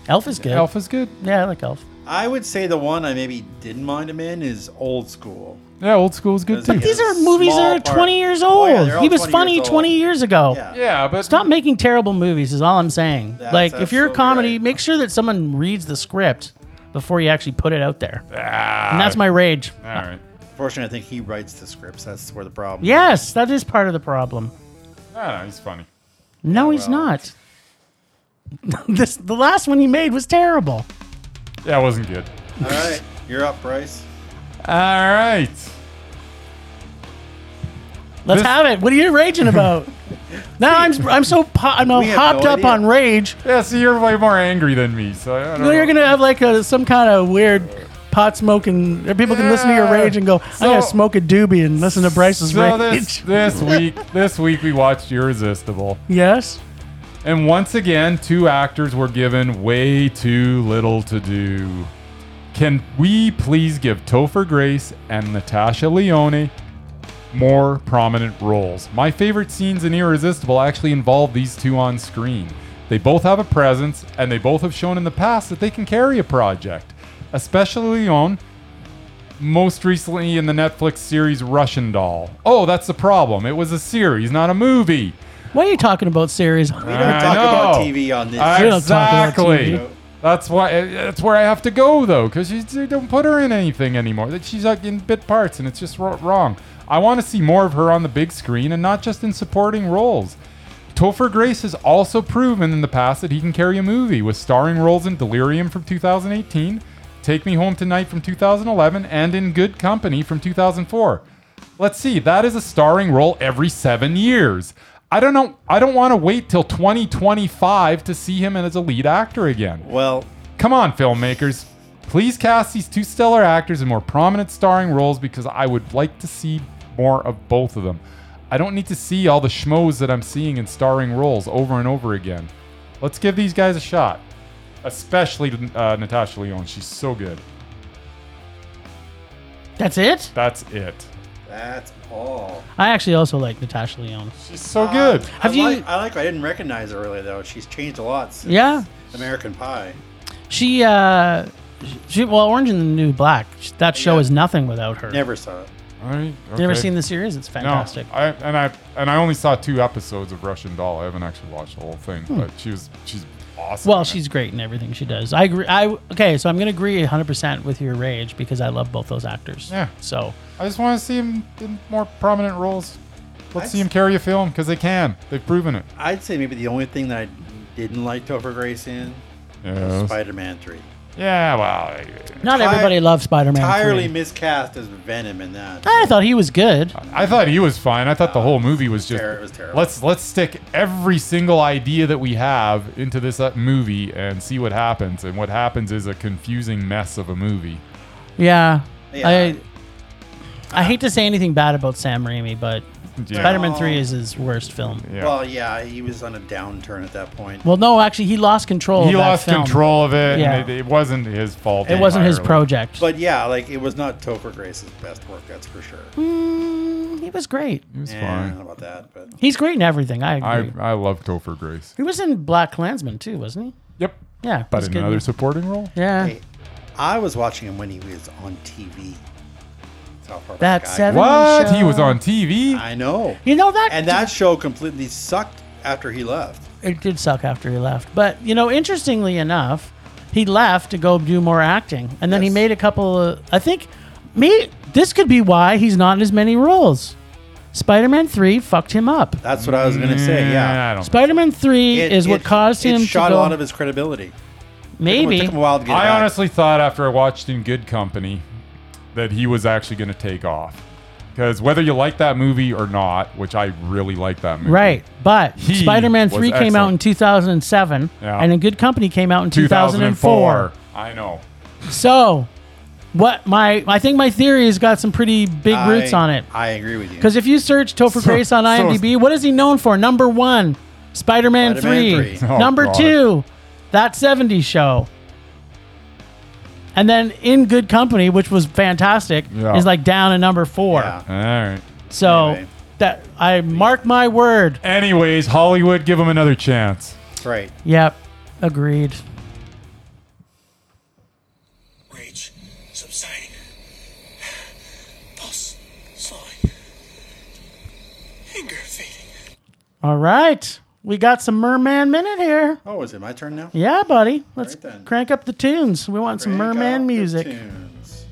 S2: Elf is good.
S1: Elf is good.
S2: Yeah, I like Elf.
S3: I would say the one I maybe didn't mind him in is Old School.
S1: Yeah, old school is good
S3: Doesn't
S1: too.
S3: he?
S2: These are
S3: Small
S2: movies that are
S3: part.
S2: 20 years
S3: Oh,
S2: old.
S3: yeah, they're all
S2: he was
S3: 20
S2: funny
S3: years old.
S2: 20 years ago.
S3: Yeah.
S1: yeah, but
S2: Stop making terrible movies is all I'm saying.
S3: That's
S2: like if you're a
S3: absolutely
S2: comedy,
S3: right.
S2: make sure that someone reads the script before you actually put it out there.
S1: Ah,
S2: And that's my rage.
S1: All right.
S3: Unfortunately, I think he writes the scripts. That's where the problem.
S2: Yes, that is part of the problem.
S1: No, no, Ah, he's funny.
S2: No, he's
S3: well.
S2: not. this the last one he made was terrible.
S1: Yeah, it wasn't good.
S3: All right, you're up, Bryce.
S1: All right.
S2: Let's
S1: This-
S2: have it. What are you raging about? now I'm I'm so po- I'm all
S3: We have
S2: hopped
S3: no
S2: up
S3: idea.
S2: on rage.
S1: Yeah, so you're way more angry than me. So I don't know.
S2: You're gonna have like a some kind of weird pot smoking. or People can listen to your
S1: Yeah.
S2: rage and go,
S1: So-
S2: "I'm gonna smoke a doobie and listen to Bryce's
S1: so this
S2: rage."
S1: this week this week we watched Irresistible.
S2: yes.
S1: And once again, two actors were given way too little to do. Can we please give Topher Grace and Natasha Leone more prominent roles? My favorite scenes in Irresistible actually involve these two on screen. They both have a presence, and they both have shown in the past that they can carry a project. Especially Leone, most recently in the Netflix series Russian Doll. Oh, that's the problem. It was a series, not a movie.
S2: Why are you talking about series?
S3: We don't
S1: I
S3: talk about
S1: know.
S3: TV on this.
S1: I-
S2: We don't talk about
S1: Exactly.
S2: TV.
S1: That's why. eh, That's where I have to go though, because they don't put her in anything anymore. That she's like in bit parts, and it's just wr- wrong. I want to see more of her on the big screen and not just in supporting roles. Topher Grace has also proven in the past that he can carry a movie with starring roles in Delirium from 2018, Take Me Home Tonight from 2011, and in Good Company from 2004. Let's see, that is a starring role every seven years. I don't know. I don't want to wait till 2025 to see him as a lead actor again.
S3: well,
S1: Come on, filmmakers. Please cast these two stellar actors in more prominent starring roles because I would like to see more of both of them. I don't need to see all the schmoes that I'm seeing in starring roles over and over again. Let's give these guys a shot. Especially uh, Natasha Leone. She's so good.
S2: That's it.
S1: That's it.
S3: that's all.
S2: I actually also like Natasha Leone.
S1: She's so good.
S2: Have
S3: I
S2: you-
S3: Like, I like. I didn't recognize her really though. She's changed a lot since
S2: Yeah.
S3: American Pie.
S2: She, uh, she, well, Orange and the New Black. That show
S3: Yeah.
S2: is nothing without her.
S3: Never saw it.
S1: All right,
S2: You ever
S1: okay.
S2: seen the series? It's fantastic.
S1: No, I, and I and I only saw two episodes of Russian Doll. I haven't actually watched the whole thing, but she was she's awesome. in
S2: Hmm. Well,
S1: it.
S2: she's great in everything she does. I agree. I okay, so I'm gonna agree 100 percent with your rage because I love both those actors.
S1: Yeah.
S2: So
S1: I just want to see him in more prominent roles. Let's
S3: I'd
S1: see him
S3: s-
S1: carry a film because they can. They've proven it.
S3: I'd say maybe the only thing that I didn't like Topher Grace in was Spider-Man Three.
S1: Yeah. Well.
S2: not
S3: Ti-
S2: everybody loves Spider-Man.
S3: Entirely
S2: 3.
S3: miscast as Venom in that.
S2: I thought he was good.
S1: I thought he was fine. I thought the whole movie was just.
S3: Ter- Uh, it was terrible.
S1: Let's let's stick every single idea that we have into this uh, movie and see what happens. And what happens is a confusing mess of a movie.
S2: Yeah.
S3: Yeah.
S2: I I hate to say anything bad about Sam Raimi, but
S1: Yeah.
S2: Spider-Man
S3: No.
S2: 3 is his worst film.
S1: Yeah.
S3: Well, yeah, he was on a downturn at that point.
S2: Well, no, actually, he lost control.
S1: he
S2: of that
S1: lost
S2: film.
S1: control of it.
S2: Yeah.
S1: And it, it wasn't his fault.
S2: It wasn't his
S1: entirely.
S2: project.
S3: But yeah, like it was not Topher Grace's best work, that's for sure.
S2: Mm, he was great.
S1: He was
S3: Yeah, I don't
S1: fine.
S3: know about that, but
S2: He's great in everything. I
S1: I
S2: agree.
S1: I love Topher Grace.
S2: he was in Black Klansman too, wasn't
S1: Yep.
S2: he? Yeah.
S1: But
S2: he's
S1: in
S2: good.
S1: another supporting role.
S2: Yeah.
S3: hey, I was watching him when he was on TV. That's how far back
S2: That
S3: I-
S2: seven-
S1: What? He was
S2: Show.
S1: on TV.
S3: I know.
S2: You know that
S3: And that show completely sucked after he left.
S2: it did suck after he left. But you know, interestingly enough, he left to go do more acting, and then he
S3: Yes.
S2: made a couple. Of, I think me this could be why he's not in as many roles. Spider-Man Three fucked him up.
S3: That's what I was gonna say.
S1: Mm, I
S3: Yeah,
S1: don't.
S2: Spider-Man Three
S3: It-
S2: is what
S3: it-
S2: caused
S3: it
S2: him
S3: shot
S2: to
S3: a
S2: go,
S3: lot of his credibility.
S2: maybe.
S3: It took him a while to get
S1: I
S3: back.
S1: honestly thought after I watched In Good Company that he was actually going to take off. Because whether you like that movie or not, which I really like that movie.
S2: Right, but
S1: He
S2: Spider-Man
S1: was
S2: 3 came out in
S1: excellent.
S2: 2007,
S1: Yeah.
S2: and In Good Company came out in 2004.
S1: 2004. I know.
S2: So, what my I think my theory has got some pretty big
S3: I-
S2: roots on it.
S3: I agree with you.
S2: Because if you search
S1: So-
S2: Topher Grace on
S1: so-
S2: IMDb, what is he known for? Number one, Spider Man
S3: Spider-Man
S2: 3.
S3: three.
S1: Oh,
S2: Number
S1: God.
S2: two, That 70s Show. And then In Good Company, which was fantastic,
S1: Yeah.
S2: is like down at number four.
S3: Yeah.
S1: All right.
S2: So
S3: Anyway.
S2: that I mark my word.
S1: Anyways, Hollywood, give him another chance.
S3: That's right.
S2: Yep, agreed.
S4: Rage subsiding. Pulse slowing. Anger fading.
S2: All right, we got some Merman Minute here.
S3: Oh, is it my turn now?
S2: Yeah, buddy, let's
S3: Right then.
S2: crank up the tunes. We want some
S3: Crank up
S2: Merman
S3: the
S2: music.
S3: tunes.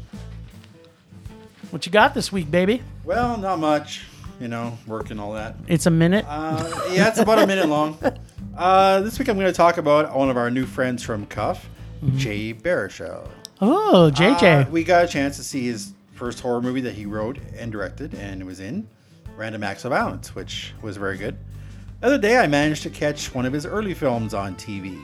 S2: What you got this week, baby?
S3: Well, not much. You know, work and all that.
S2: It's a minute.
S3: Uh, yeah, it's about a minute long. Uh, this week I'm going to talk about one of our new friends from Cuff, Jay Baruchel.
S2: oh, JJ.
S3: Uh, we got a chance to see his first horror movie that he wrote and directed and was in, Random Acts of Violence, which was very good. The other day I managed to catch one of his early films on TV.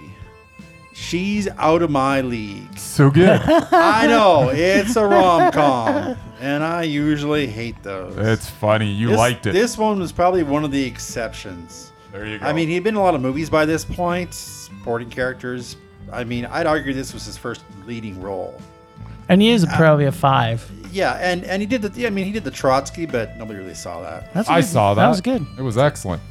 S3: She's Out of My League.
S1: So good.
S3: I know, it's a rom com, and I usually hate those.
S1: it's funny. You
S3: This-
S1: liked it.
S3: This one was probably one of the exceptions.
S1: there you go.
S3: I mean, he'd been in a lot of movies by this point, supporting characters. I mean, I'd argue this was his first leading role.
S2: And he is a probably a five.
S3: Yeah, and and he did the. yeah, I mean, he did the Trotsky, but nobody really saw that.
S2: That's
S1: I saw that.
S2: That was good.
S1: It was excellent.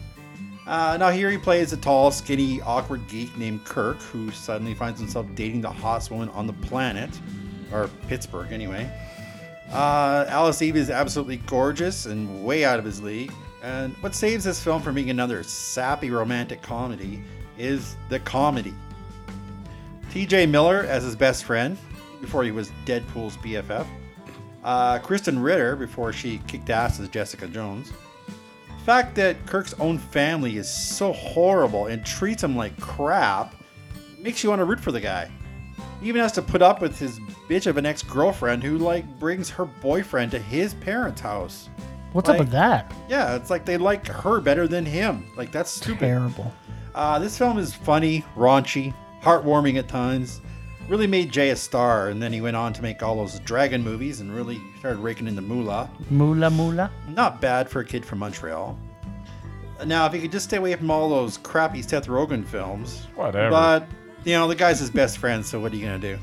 S3: Uh, now here he plays a tall, skinny, awkward geek named Kirk, who suddenly finds himself dating the hottest woman on the planet, or Pittsburgh anyway. Uh, Alice Eve is absolutely gorgeous and way out of his league. And what saves this film from being another sappy romantic comedy is the comedy. TJ Miller as his best friend before he was Deadpool's BFF. Uh, Kristen Ritter before she kicked ass as Jessica Jones. The fact that Kirk's own family is so horrible and treats him like crap makes you want to root for the guy. He even has to put up with his bitch of an ex girlfriend who, like, brings her boyfriend to his parents' house.
S2: What's
S3: Like-
S2: up with that?
S3: Yeah, it's like they like her better than him. Like, that's stupid.
S2: Terrible.
S3: Uh, this film is funny, raunchy, heartwarming at times. Really made Jay a star, and then he went on to make all those dragon movies and really started raking in the moolah.
S2: Mula mula.
S3: Not bad for a kid from Montreal. Now, if he could just stay away from all those crappy Seth Rogen films.
S1: Whatever.
S3: But, you know, the guy's his best friend, so what are you going to do?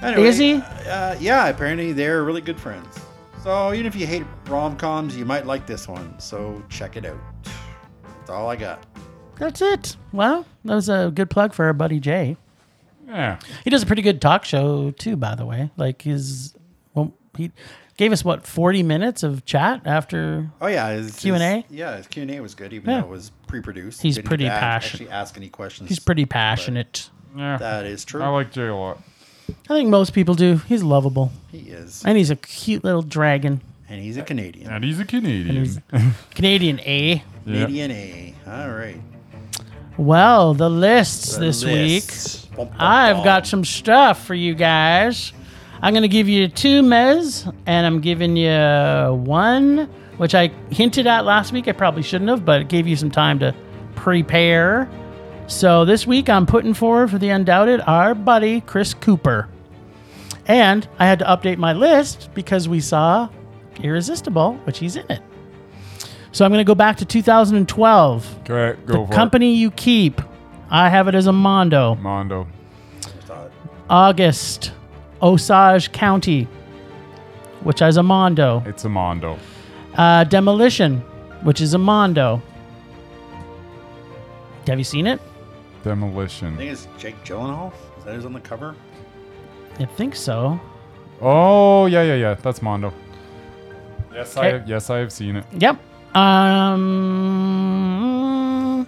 S3: Anyway,
S2: Is he?
S3: Uh, yeah, apparently they're really good friends. So even if you hate rom coms, you might like this one. So check it out. That's all I got.
S2: That's it. Well, that was a good plug for our buddy Jay.
S1: Yeah.
S2: He does a pretty good talk show too, by the way. Like his, well, he gave us what forty minutes of chat after.
S3: Oh yeah, his,
S2: Q and A?
S3: his- Yeah, his Q and A was good, even
S2: Yeah.
S3: though it was pre-produced.
S2: He's
S3: Didn't
S2: pretty
S3: act-
S2: passion-
S3: Actually, ask any questions.
S2: He's pretty passionate.
S1: Yeah.
S3: That is true.
S1: I like Jay a lot.
S2: I think most people do. He's lovable,
S3: he is,
S2: and he's a cute little dragon.
S3: and he's a Canadian.
S1: And he's a Canadian.
S2: he's- Canadian, eh?
S1: Yeah.
S3: Canadian A. All right.
S2: Well, the lists this week.
S3: Lists. Bum, bum,
S2: I've
S3: bum.
S2: got some stuff for you guys. I'm going to give you two mez, and I'm giving you one, which I hinted at last week. I probably shouldn't have, but it gave you some time to prepare. So this week, I'm putting forward for the undoubted our buddy Chris Cooper. And I had to update my list because we saw Irresistible, which he's in it. So I'm going to go back to 2012.
S1: Okay, go for
S2: Company You Keep. I have it as a Mondo.
S1: it. Mondo.
S2: August, Osage County, which is a Mondo.
S1: It's a Mondo.
S2: Uh, Demolition, which is a Mondo. Have you seen it?
S3: I
S1: Demolition.
S3: think it's Jake Gyllenhaal. Is that who's on the cover?
S2: I think so.
S1: Oh yeah, yeah, yeah. That's Mondo. Yes, I
S2: Okay.
S1: have, yes I have seen it.
S2: Yep. Um,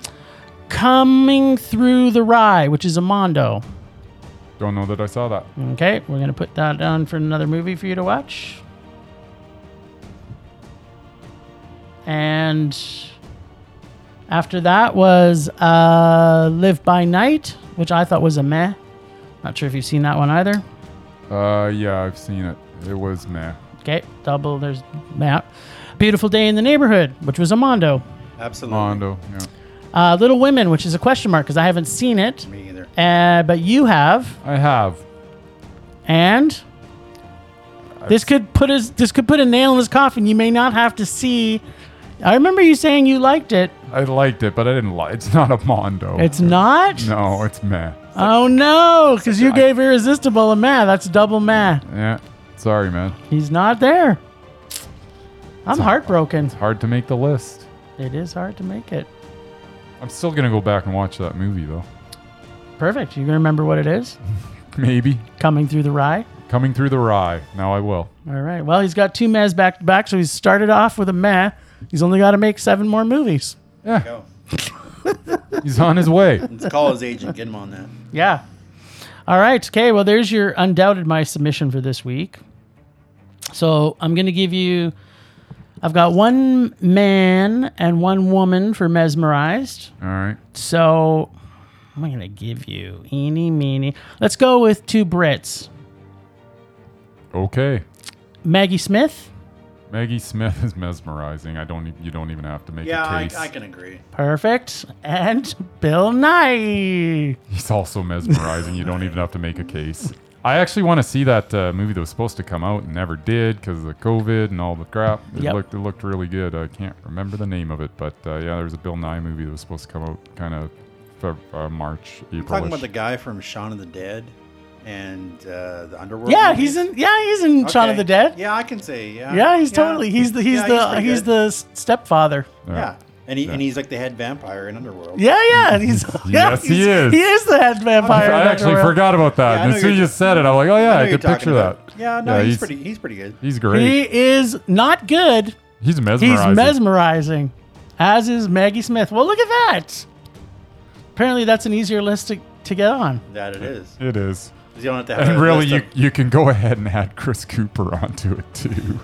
S2: coming through the Rye, which is a Mondo.
S1: Don't know that I saw that.
S2: Okay, we're gonna put that down for another movie for you to watch. And after that was uh, Live by Night, which I thought was a meh. Not sure if you've seen that one either.
S1: Uh, yeah, I've seen it. It was meh.
S2: Okay, double. There's that. Beautiful Day in the Neighborhood, which was a mondo.
S3: Absolutely.
S1: Mondo. Yeah,
S2: Uh, Little Women, which is a question mark because I haven't seen it,
S3: Me either.
S2: uh, but you have.
S1: I have.
S2: and this could put his this could put a nail in his coffin. You may not have to see. I remember you saying you liked it.
S1: I liked it, but I didn't like. It's not a Mondo.
S2: It's not.
S1: Oh, no, it's meh.
S2: Oh no, because you gave irresistible a meh. That's double meh.
S1: Yeah. Sorry, man.
S2: He's not there. I'm heartbroken.
S1: Hard to make the list.
S2: It is hard to make it
S1: I'm still gonna go back and watch that movie though.
S2: perfect. You gonna remember what it is?
S1: Maybe
S2: Coming through the rye.
S1: coming through the rye. Now I will.
S2: All right. Well, he's got two mehs back to back, so he's started off with a meh. He's only got to make seven more movies.
S1: Yeah,
S3: Go.
S1: he's on his way.
S3: Let's call his agent. Get him on that.
S2: Yeah. All right. Okay. Well, there's your undoubted my submission for this week. So I'm going to give you. I've got one man and one woman for mesmerized.
S1: All right.
S2: So I'm going to give you eeny meeny. Let's go with two Brits,
S1: Okay.
S2: Maggie Smith.
S1: Maggie Smith is mesmerizing. I don't. e- You don't even have to make
S3: Yeah,
S1: a
S3: I,
S1: case.
S3: I can agree.
S2: Perfect. And Bill Nye.
S1: He's also mesmerizing. you don't even have to make a case. I actually want to see that uh, movie that was supposed to come out and never did because of the COVID and all the crap. It
S2: Yep.
S1: looked it looked really good. I can't remember the name of it, but uh, yeah, there was a Bill Nye movie that was supposed to come out kind of fe- uh, March, April.
S3: Talking about the guy from Shaun of the Dead and uh, the Underworld.
S2: Yeah,
S3: movies?
S2: he's in. Yeah, he's in Shaun of
S3: Okay.
S2: the Dead.
S3: Yeah, I can say. Yeah.
S2: Yeah, he's totally. He's the. He's
S3: Yeah,
S2: the.
S3: pretty
S2: He's,
S3: good.
S2: the s- stepfather.
S3: Yeah. and he and he's like the head vampire in Underworld.
S2: Yeah, yeah. He's, yeah,
S1: Yes, he
S2: he's-
S1: is.
S2: He is the head vampire.
S1: I
S2: in
S1: actually
S2: Underworld.
S1: forgot about that.
S3: Yeah, I
S1: and
S3: know
S1: as soon as you
S3: you're-
S1: said it, I'm like, oh
S3: know
S1: yeah, I,
S3: you're
S1: could
S3: talking
S1: picture
S3: about-
S1: that.
S3: Yeah, no,
S1: Yeah,
S3: he's,
S1: he's-
S3: pretty. He's pretty good.
S1: He's great.
S2: He is not good.
S1: he's
S2: He's
S1: mesmerizing.
S2: mesmerizing, as is Maggie Smith. Well, look at that. Apparently, that's an easier list to, to get on.
S3: That it is.
S1: it is.
S3: You don't have to have
S1: And
S3: a
S1: really,
S3: list
S1: you,
S3: of-
S1: you can go ahead and add Chris Cooper onto it too.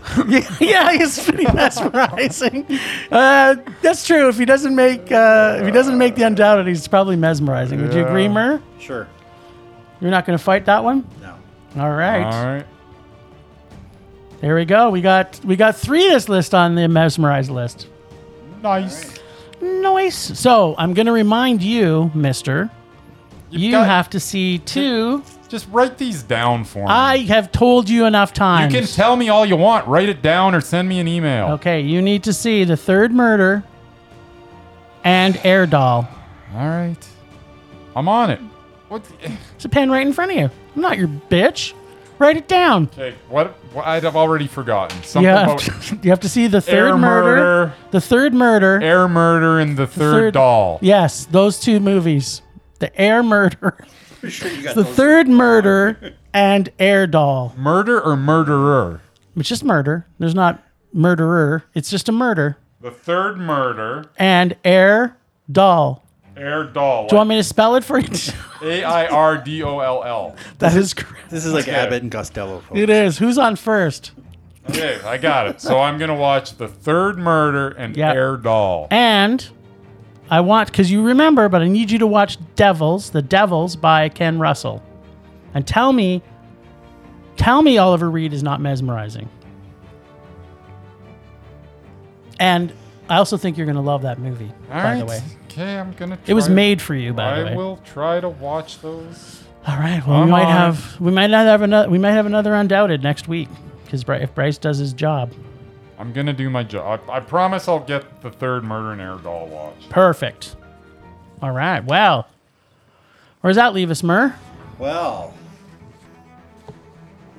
S2: yeah, he's pretty mesmerizing. Uh, that's true. If he doesn't make uh, if he doesn't make the undoubted, he's probably mesmerizing. Would you agree,
S1: Yeah.
S2: Mur?
S3: sure.
S2: You're not going to fight that one.
S3: No.
S2: All right.
S1: All right.
S2: There we go. We got we got three this list on the mesmerized list.
S1: Nice.
S2: Nice. So I'm going to remind you, Mister.
S1: You've
S2: you
S1: got-
S2: have to see two.
S1: Just write these down for me.
S2: I have told you enough
S1: you
S2: times.
S1: can tell me all you want. Write it down or send me an email.
S2: Okay, you need to see the third murder and Air Doll.
S1: All right. I'm on it. What?
S2: It's a pen right in front of you. I'm not your bitch. Write it down.
S1: Okay. What? what I'd have already forgotten. Something
S2: you, have
S1: about
S2: to, you have to see the third
S1: air
S2: murder,
S1: murder,
S2: the third murder,
S1: air murder, and the
S2: the
S1: third, doll.
S2: Yes, those two movies. The Air Murder,
S3: Pretty sure you got
S2: the
S3: those.
S2: third murder, and Air Doll.
S1: Murder or murderer.
S2: It's just murder. There's not murderer. It's just a murder
S1: The third murder,
S2: and Air Doll.
S1: air doll.
S2: Do you want me to spell it for you?
S1: A I R D O L L.
S2: that is correct.
S3: This is like Abbott and Costello. Folks.
S2: It is. Who's on first?
S1: Okay, I got it. So I'm gonna watch the third murder and
S2: Yeah.
S1: air doll.
S2: And I want, because you remember, but I need you to watch Devils, The Devils by Ken Russell. And tell me, tell me Oliver Reed is not mesmerizing. And I also think you're going to love that movie,
S1: All
S2: by
S1: right.
S2: the way.
S1: Okay, I'm gonna. Try
S2: It was made for you, by
S1: I
S2: the way.
S1: will try to watch those.
S2: All right. Well,
S1: I'm
S2: we might
S1: on it.
S2: have we might not have another we might have another undoubted next week because if Bryce does his job,
S1: I'm gonna do my job. I, I promise I'll get the third murder and air doll watch.
S2: perfect. All right. Well, where does that leave us, Murr?
S3: Well,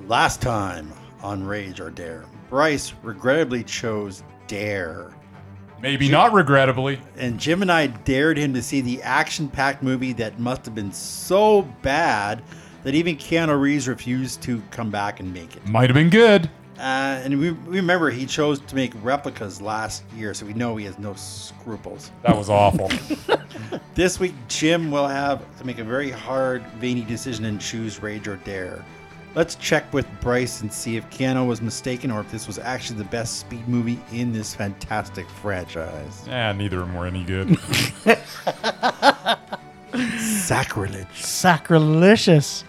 S3: last time on Rage or Dare, Bryce regrettably chose Dare.
S1: Maybe not regrettably.
S3: and Jim and I dared him to see the action-packed movie that must have been so bad that even Keanu Reeves refused to come back and make it.
S1: Might have been good.
S3: Uh, and we, we remember he chose to make replicas last year, so we know he has no scruples.
S1: That was awful.
S3: This week, Jim will have to make a very hard, veiny decision and choose Rage or Dare. Let's check with Bryce and see if Keanu was mistaken or if this was actually the best speed movie in this fantastic franchise.
S1: yeah, neither of them were any good.
S3: Sacrilege.
S2: Sacrilicious.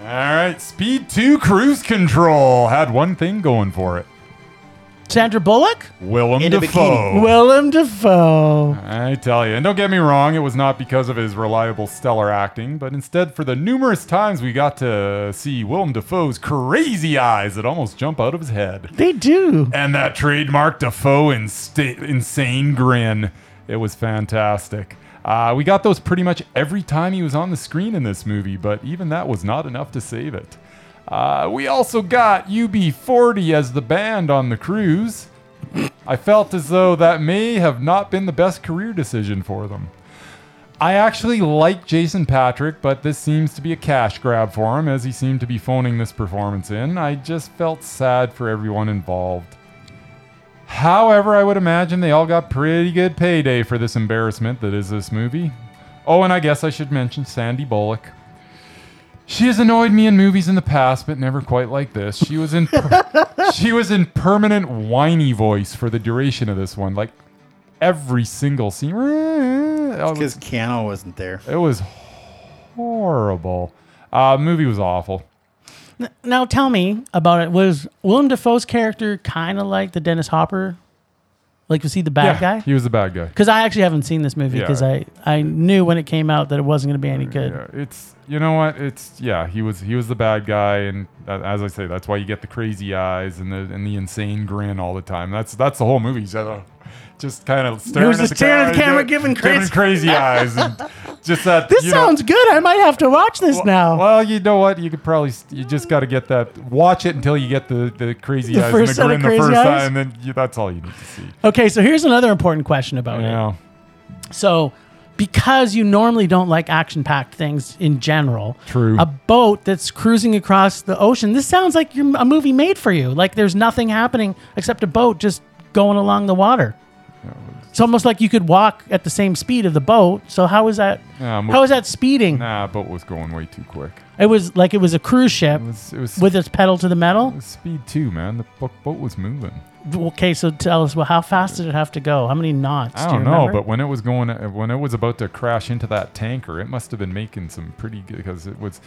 S1: All right, Speed 2 Cruise Control had one thing going for it.
S2: Sandra Bullock?
S1: Willem
S3: In a
S1: Dafoe.
S3: bikini.
S2: Willem Dafoe.
S1: I tell you, and don't get me wrong, it was not because of his reliable, stellar acting, but instead for the numerous times we got to see Willem Dafoe's crazy eyes that almost jump out of his head.
S2: They do.
S1: and that trademark Defoe insta- insane grin. It was fantastic. Uh, we got those pretty much every time he was on the screen in this movie, but even that was not enough to save it. Uh, we also got UB40 as the band on the cruise. I felt as though that may have not been the best career decision for them. I actually like Jason Patrick, but this seems to be a cash grab for him as he seemed to be phoning this performance in. I just felt sad for everyone involved. However, I would imagine they all got pretty good payday for this embarrassment that is this movie. Oh, and I guess I should mention Sandy Bullock. She has annoyed me in movies in the past, but never quite like this. She was in per- she was in permanent whiny voice for the duration of this one, like every single scene. Oh,
S3: Because Keanu wasn't there.
S1: it was horrible. Uh, movie was awful.
S2: Now tell me about it. Was Willem Dafoe's character kind of like the Dennis Hopper? Like, was he the bad guy?
S1: He was the bad guy.
S2: Because I actually haven't seen this movie
S1: Yeah.
S2: because I, I knew when it came out that it wasn't going to be any good.
S1: Yeah, it's you know what? It's yeah. He was he was the bad guy, and uh, as I say, that's why you get the crazy eyes and the and the insane grin all the time. That's that's the whole movie. He's, uh, just kind of staring
S2: was
S1: at
S2: just
S1: the
S2: staring at the camera,
S1: do-
S2: giving crazy-
S1: eyes and Just that.
S2: This
S1: you know-
S2: sounds good. I might have to watch this now.
S1: Well, you know what? You could probably st- you just got to get that. Watch it until you get the the crazy
S2: The
S1: eyes
S2: first set
S1: and
S2: of
S1: the grin the
S2: crazy
S1: first
S2: eyes?
S1: time, and then you, that's all you need to see.
S2: Okay, so here's another important question about it.
S1: Yeah.
S2: So, because you normally don't like action-packed things in general,
S1: True.
S2: A boat that's cruising across the ocean. This sounds like you're a movie made for you. Like there's nothing happening except a boat just going along the water. It's almost like you could walk at the same speed of the boat. So how is that?
S1: Yeah, I'm-
S2: how is that speeding?
S1: Nah, Ah, boat was going way too quick.
S2: It was like it was a cruise ship
S1: It was it was,
S2: with its pedal to the metal.
S1: it was speed too, man. The bo- boat was moving.
S2: Okay, so tell us, well, how fast did it have to go? How many knots?
S1: I
S2: do
S1: don't
S2: you
S1: know,
S2: remember?
S1: but when it was going, uh, when it was about to crash into that tanker, it must have been making some pretty good because it was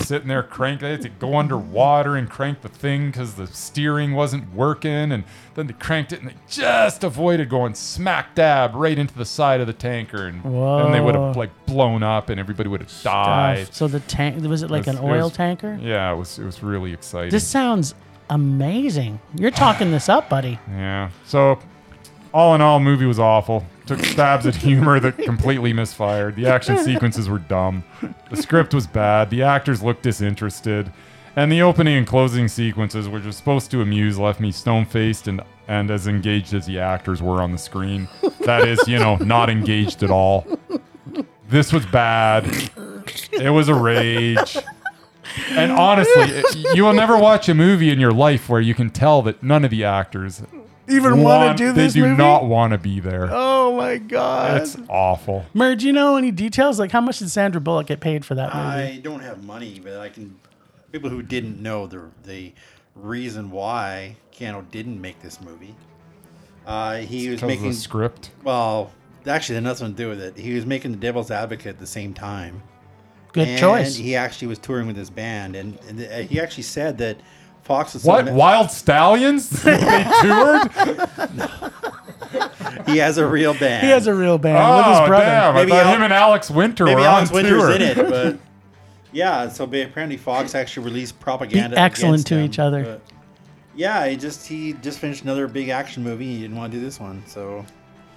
S1: sitting there crank. They had to go underwater and crank the thing because the steering wasn't working, and then they cranked it and they just avoided going smack dab right into the side of the tanker, and then they would
S2: Whoa.
S1: have like blown up and everybody would have
S2: Uh,
S1: died.
S2: so the tank was it like
S1: It was-
S2: an
S1: it
S2: oil
S1: was-
S2: tanker?
S1: Yeah, it was it was really exciting.
S2: This sounds amazing. You're talking this up, buddy.
S1: yeah, so. All in all, movie was awful. Took stabs at humor that completely misfired. The action sequences were dumb. The script was bad. The actors looked disinterested. And the opening and closing sequences, which were supposed to amuse, left me stone faced and, and as engaged as the actors were on the screen. That is, you know, not engaged at all. This was bad. It was a rage. And honestly, it- you will never watch a movie in your life where you can tell that none of the actors
S2: Even
S1: want- They do not want to be there.
S2: Oh my god.
S1: It's awful.
S2: Mer, do you know any details? Like how much did Sandra Bullock get paid for that movie?
S3: I don't have money, but I can. People who didn't know the the reason why Keanu didn't make this movie, uh, he was
S1: Because of the
S3: making.
S1: script.
S3: Well, actually, it had nothing to do with it. He was making The Devil's Advocate at the same time.
S2: Good
S3: and
S2: choice.
S3: He actually was touring with his band, and, and uh, he actually said that Fox was so
S1: What?
S3: ma-
S1: Wild Stallions? they toured?
S3: he has a real band.
S2: He has a real band with
S1: oh,
S2: his brother.
S1: damn.
S3: Maybe
S1: I thought
S3: Al-
S1: him and Alex Winter
S3: maybe
S1: were
S3: Alex
S1: on
S3: Winter's
S1: tour.
S3: in it, but yeah. So ba- apparently Fox actually released propaganda.
S2: Be excellent
S3: against
S2: to
S3: him,
S2: each other.
S3: but yeah, he just he just finished another big action movie. He didn't want to do this one, so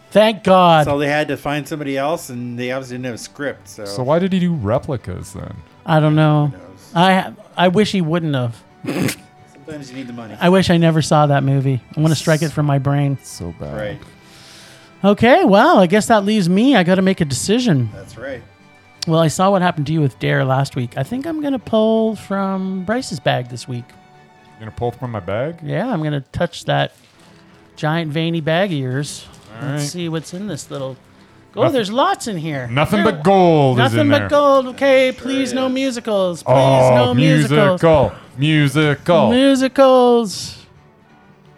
S2: Thank God.
S3: so they had to find somebody else, and they obviously didn't have a script. So,
S1: So why did he do replicas then?
S2: I don't know.
S3: knows?
S2: I I wish he wouldn't have.
S3: sometimes you need the money,
S2: I wish I never saw that movie. I want to strike it from my brain.
S1: So bad.
S3: right?
S2: Okay, well, I guess that leaves me. I got to make a decision.
S3: That's right.
S2: Well, I saw what happened to you with Dare last week. I think I'm going to pull from Bryce's bag this week.
S1: You gonna pull from my bag?
S2: Yeah, I'm going to touch that giant veiny bag of yours. Let's
S1: right.
S2: see what's in this little. Oh,
S1: Nothing-
S2: there's lots in here.
S1: Nothing
S2: There-
S1: but gold is in
S2: Nothing
S1: there.
S2: but gold. Okay, please no musicals. Please
S1: Oh,
S2: no musicals.
S1: musical. Musical.
S2: Musicals.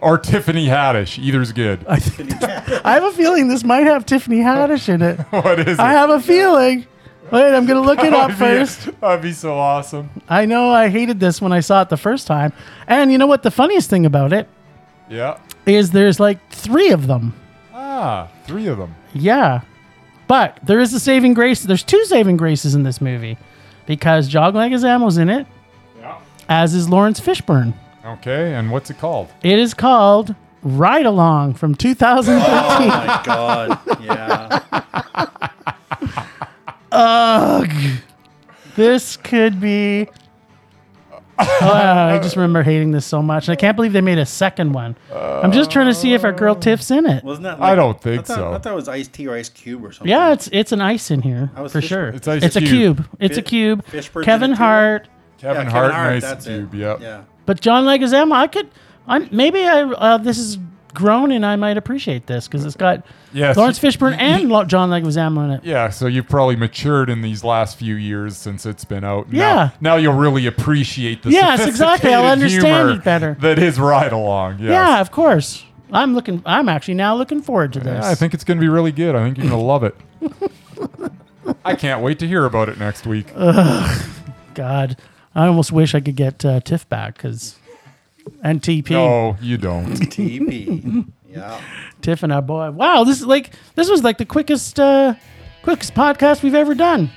S1: or Tiffany Haddish. Either's good.
S2: I have a feeling this might have Tiffany Haddish in it.
S1: what is it?
S2: I have a feeling. Wait, I'm gonna look it
S1: That
S2: up
S1: would be-
S2: first.
S1: That'd be so awesome.
S2: I know I hated this when I saw it the first time. And you know what? The funniest thing about it
S1: Yeah.
S2: is there's like three of them.
S1: Ah, three of them.
S2: Yeah. But there is a saving grace. There's two saving graces in this movie because John Leguizamo's in it,
S1: Yeah.
S2: as is Lawrence Fishburne.
S1: Okay, and what's it called?
S2: It is called Ride Along from 2013.
S3: My God, yeah.
S2: Ugh. This could be. Oh, I just remember hating this so much, and I can't believe they made a second one. I'm just trying to see if our girl
S1: Oh.
S2: Tiff's in it.
S3: Wasn't that?
S1: I don't think
S3: I thought,
S1: so.
S3: I thought it was Ice T or Ice Cube or something.
S2: Yeah, it's it's an ice in here
S3: was
S2: for
S3: Fish-
S2: sure.
S1: It's Ice
S2: a
S1: Cube.
S2: cube. It's a
S3: Fi-
S2: cube.
S3: Fishburne's
S2: Kevin
S3: in it, too.
S2: Hart,
S3: Yeah,
S1: Kevin Hart and Ice
S3: that's it.
S1: Cube. Yep.
S3: Yeah.
S2: but John Leguizamo. I could, I maybe I uh, this is grown and I might appreciate this because it's got
S1: Yes.
S2: Lawrence Fishburne and Lo- John Leguizamo in it.
S1: Yeah, so you've probably matured in these last few years since it's been out. Now-
S2: Yeah.
S1: Now, you'll really appreciate the
S2: Yes, exactly. I'll
S1: sophisticated
S2: understand
S1: humor
S2: it better.
S1: That is ride along. Yes.
S2: Yeah, of course. I'm looking. I'm actually now looking forward to this.
S1: Yeah, I think it's going to be really good. I think you're going to love it. I can't wait to hear about it next week.
S2: Uh, God, I almost wish I could get uh, Tiff back because and TP
S1: no, you don't.
S3: TP. E yeah.
S2: Tiff and our boy. Wow, this is like this was like the quickest uh, quickest podcast we've ever done.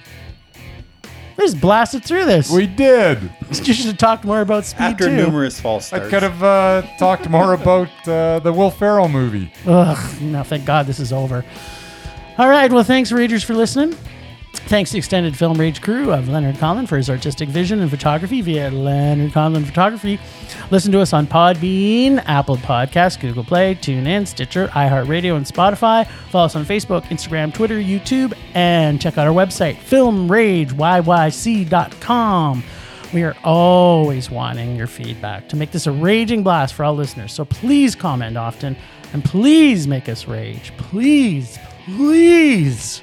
S2: We just blasted through this.
S1: We did.
S2: you should have talked more about speed
S3: After
S2: too.
S3: numerous false
S1: I
S3: starts.
S1: could have uh, talked more about uh, the Will Ferrell movie.
S2: Ugh, no, thank God this is over. All right, well, thanks, readers, for listening. thanks to the extended film Rage crew of Leonard Conlon for his artistic vision and photography via Leonard Conlon Photography. Listen to us on Podbean, Apple Podcasts, Google Play, TuneIn, Stitcher, iHeartRadio, and Spotify. Follow us on Facebook, Instagram, Twitter, YouTube, and check out our website, filmrageyyc.com. We are always wanting your feedback to make this a raging blast for all listeners. So please comment often and please make us rage. Please, please.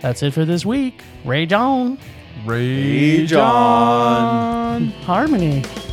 S2: That's it for this week. Rage on.
S3: E
S1: Rage
S3: John.
S1: on.
S2: Harmony.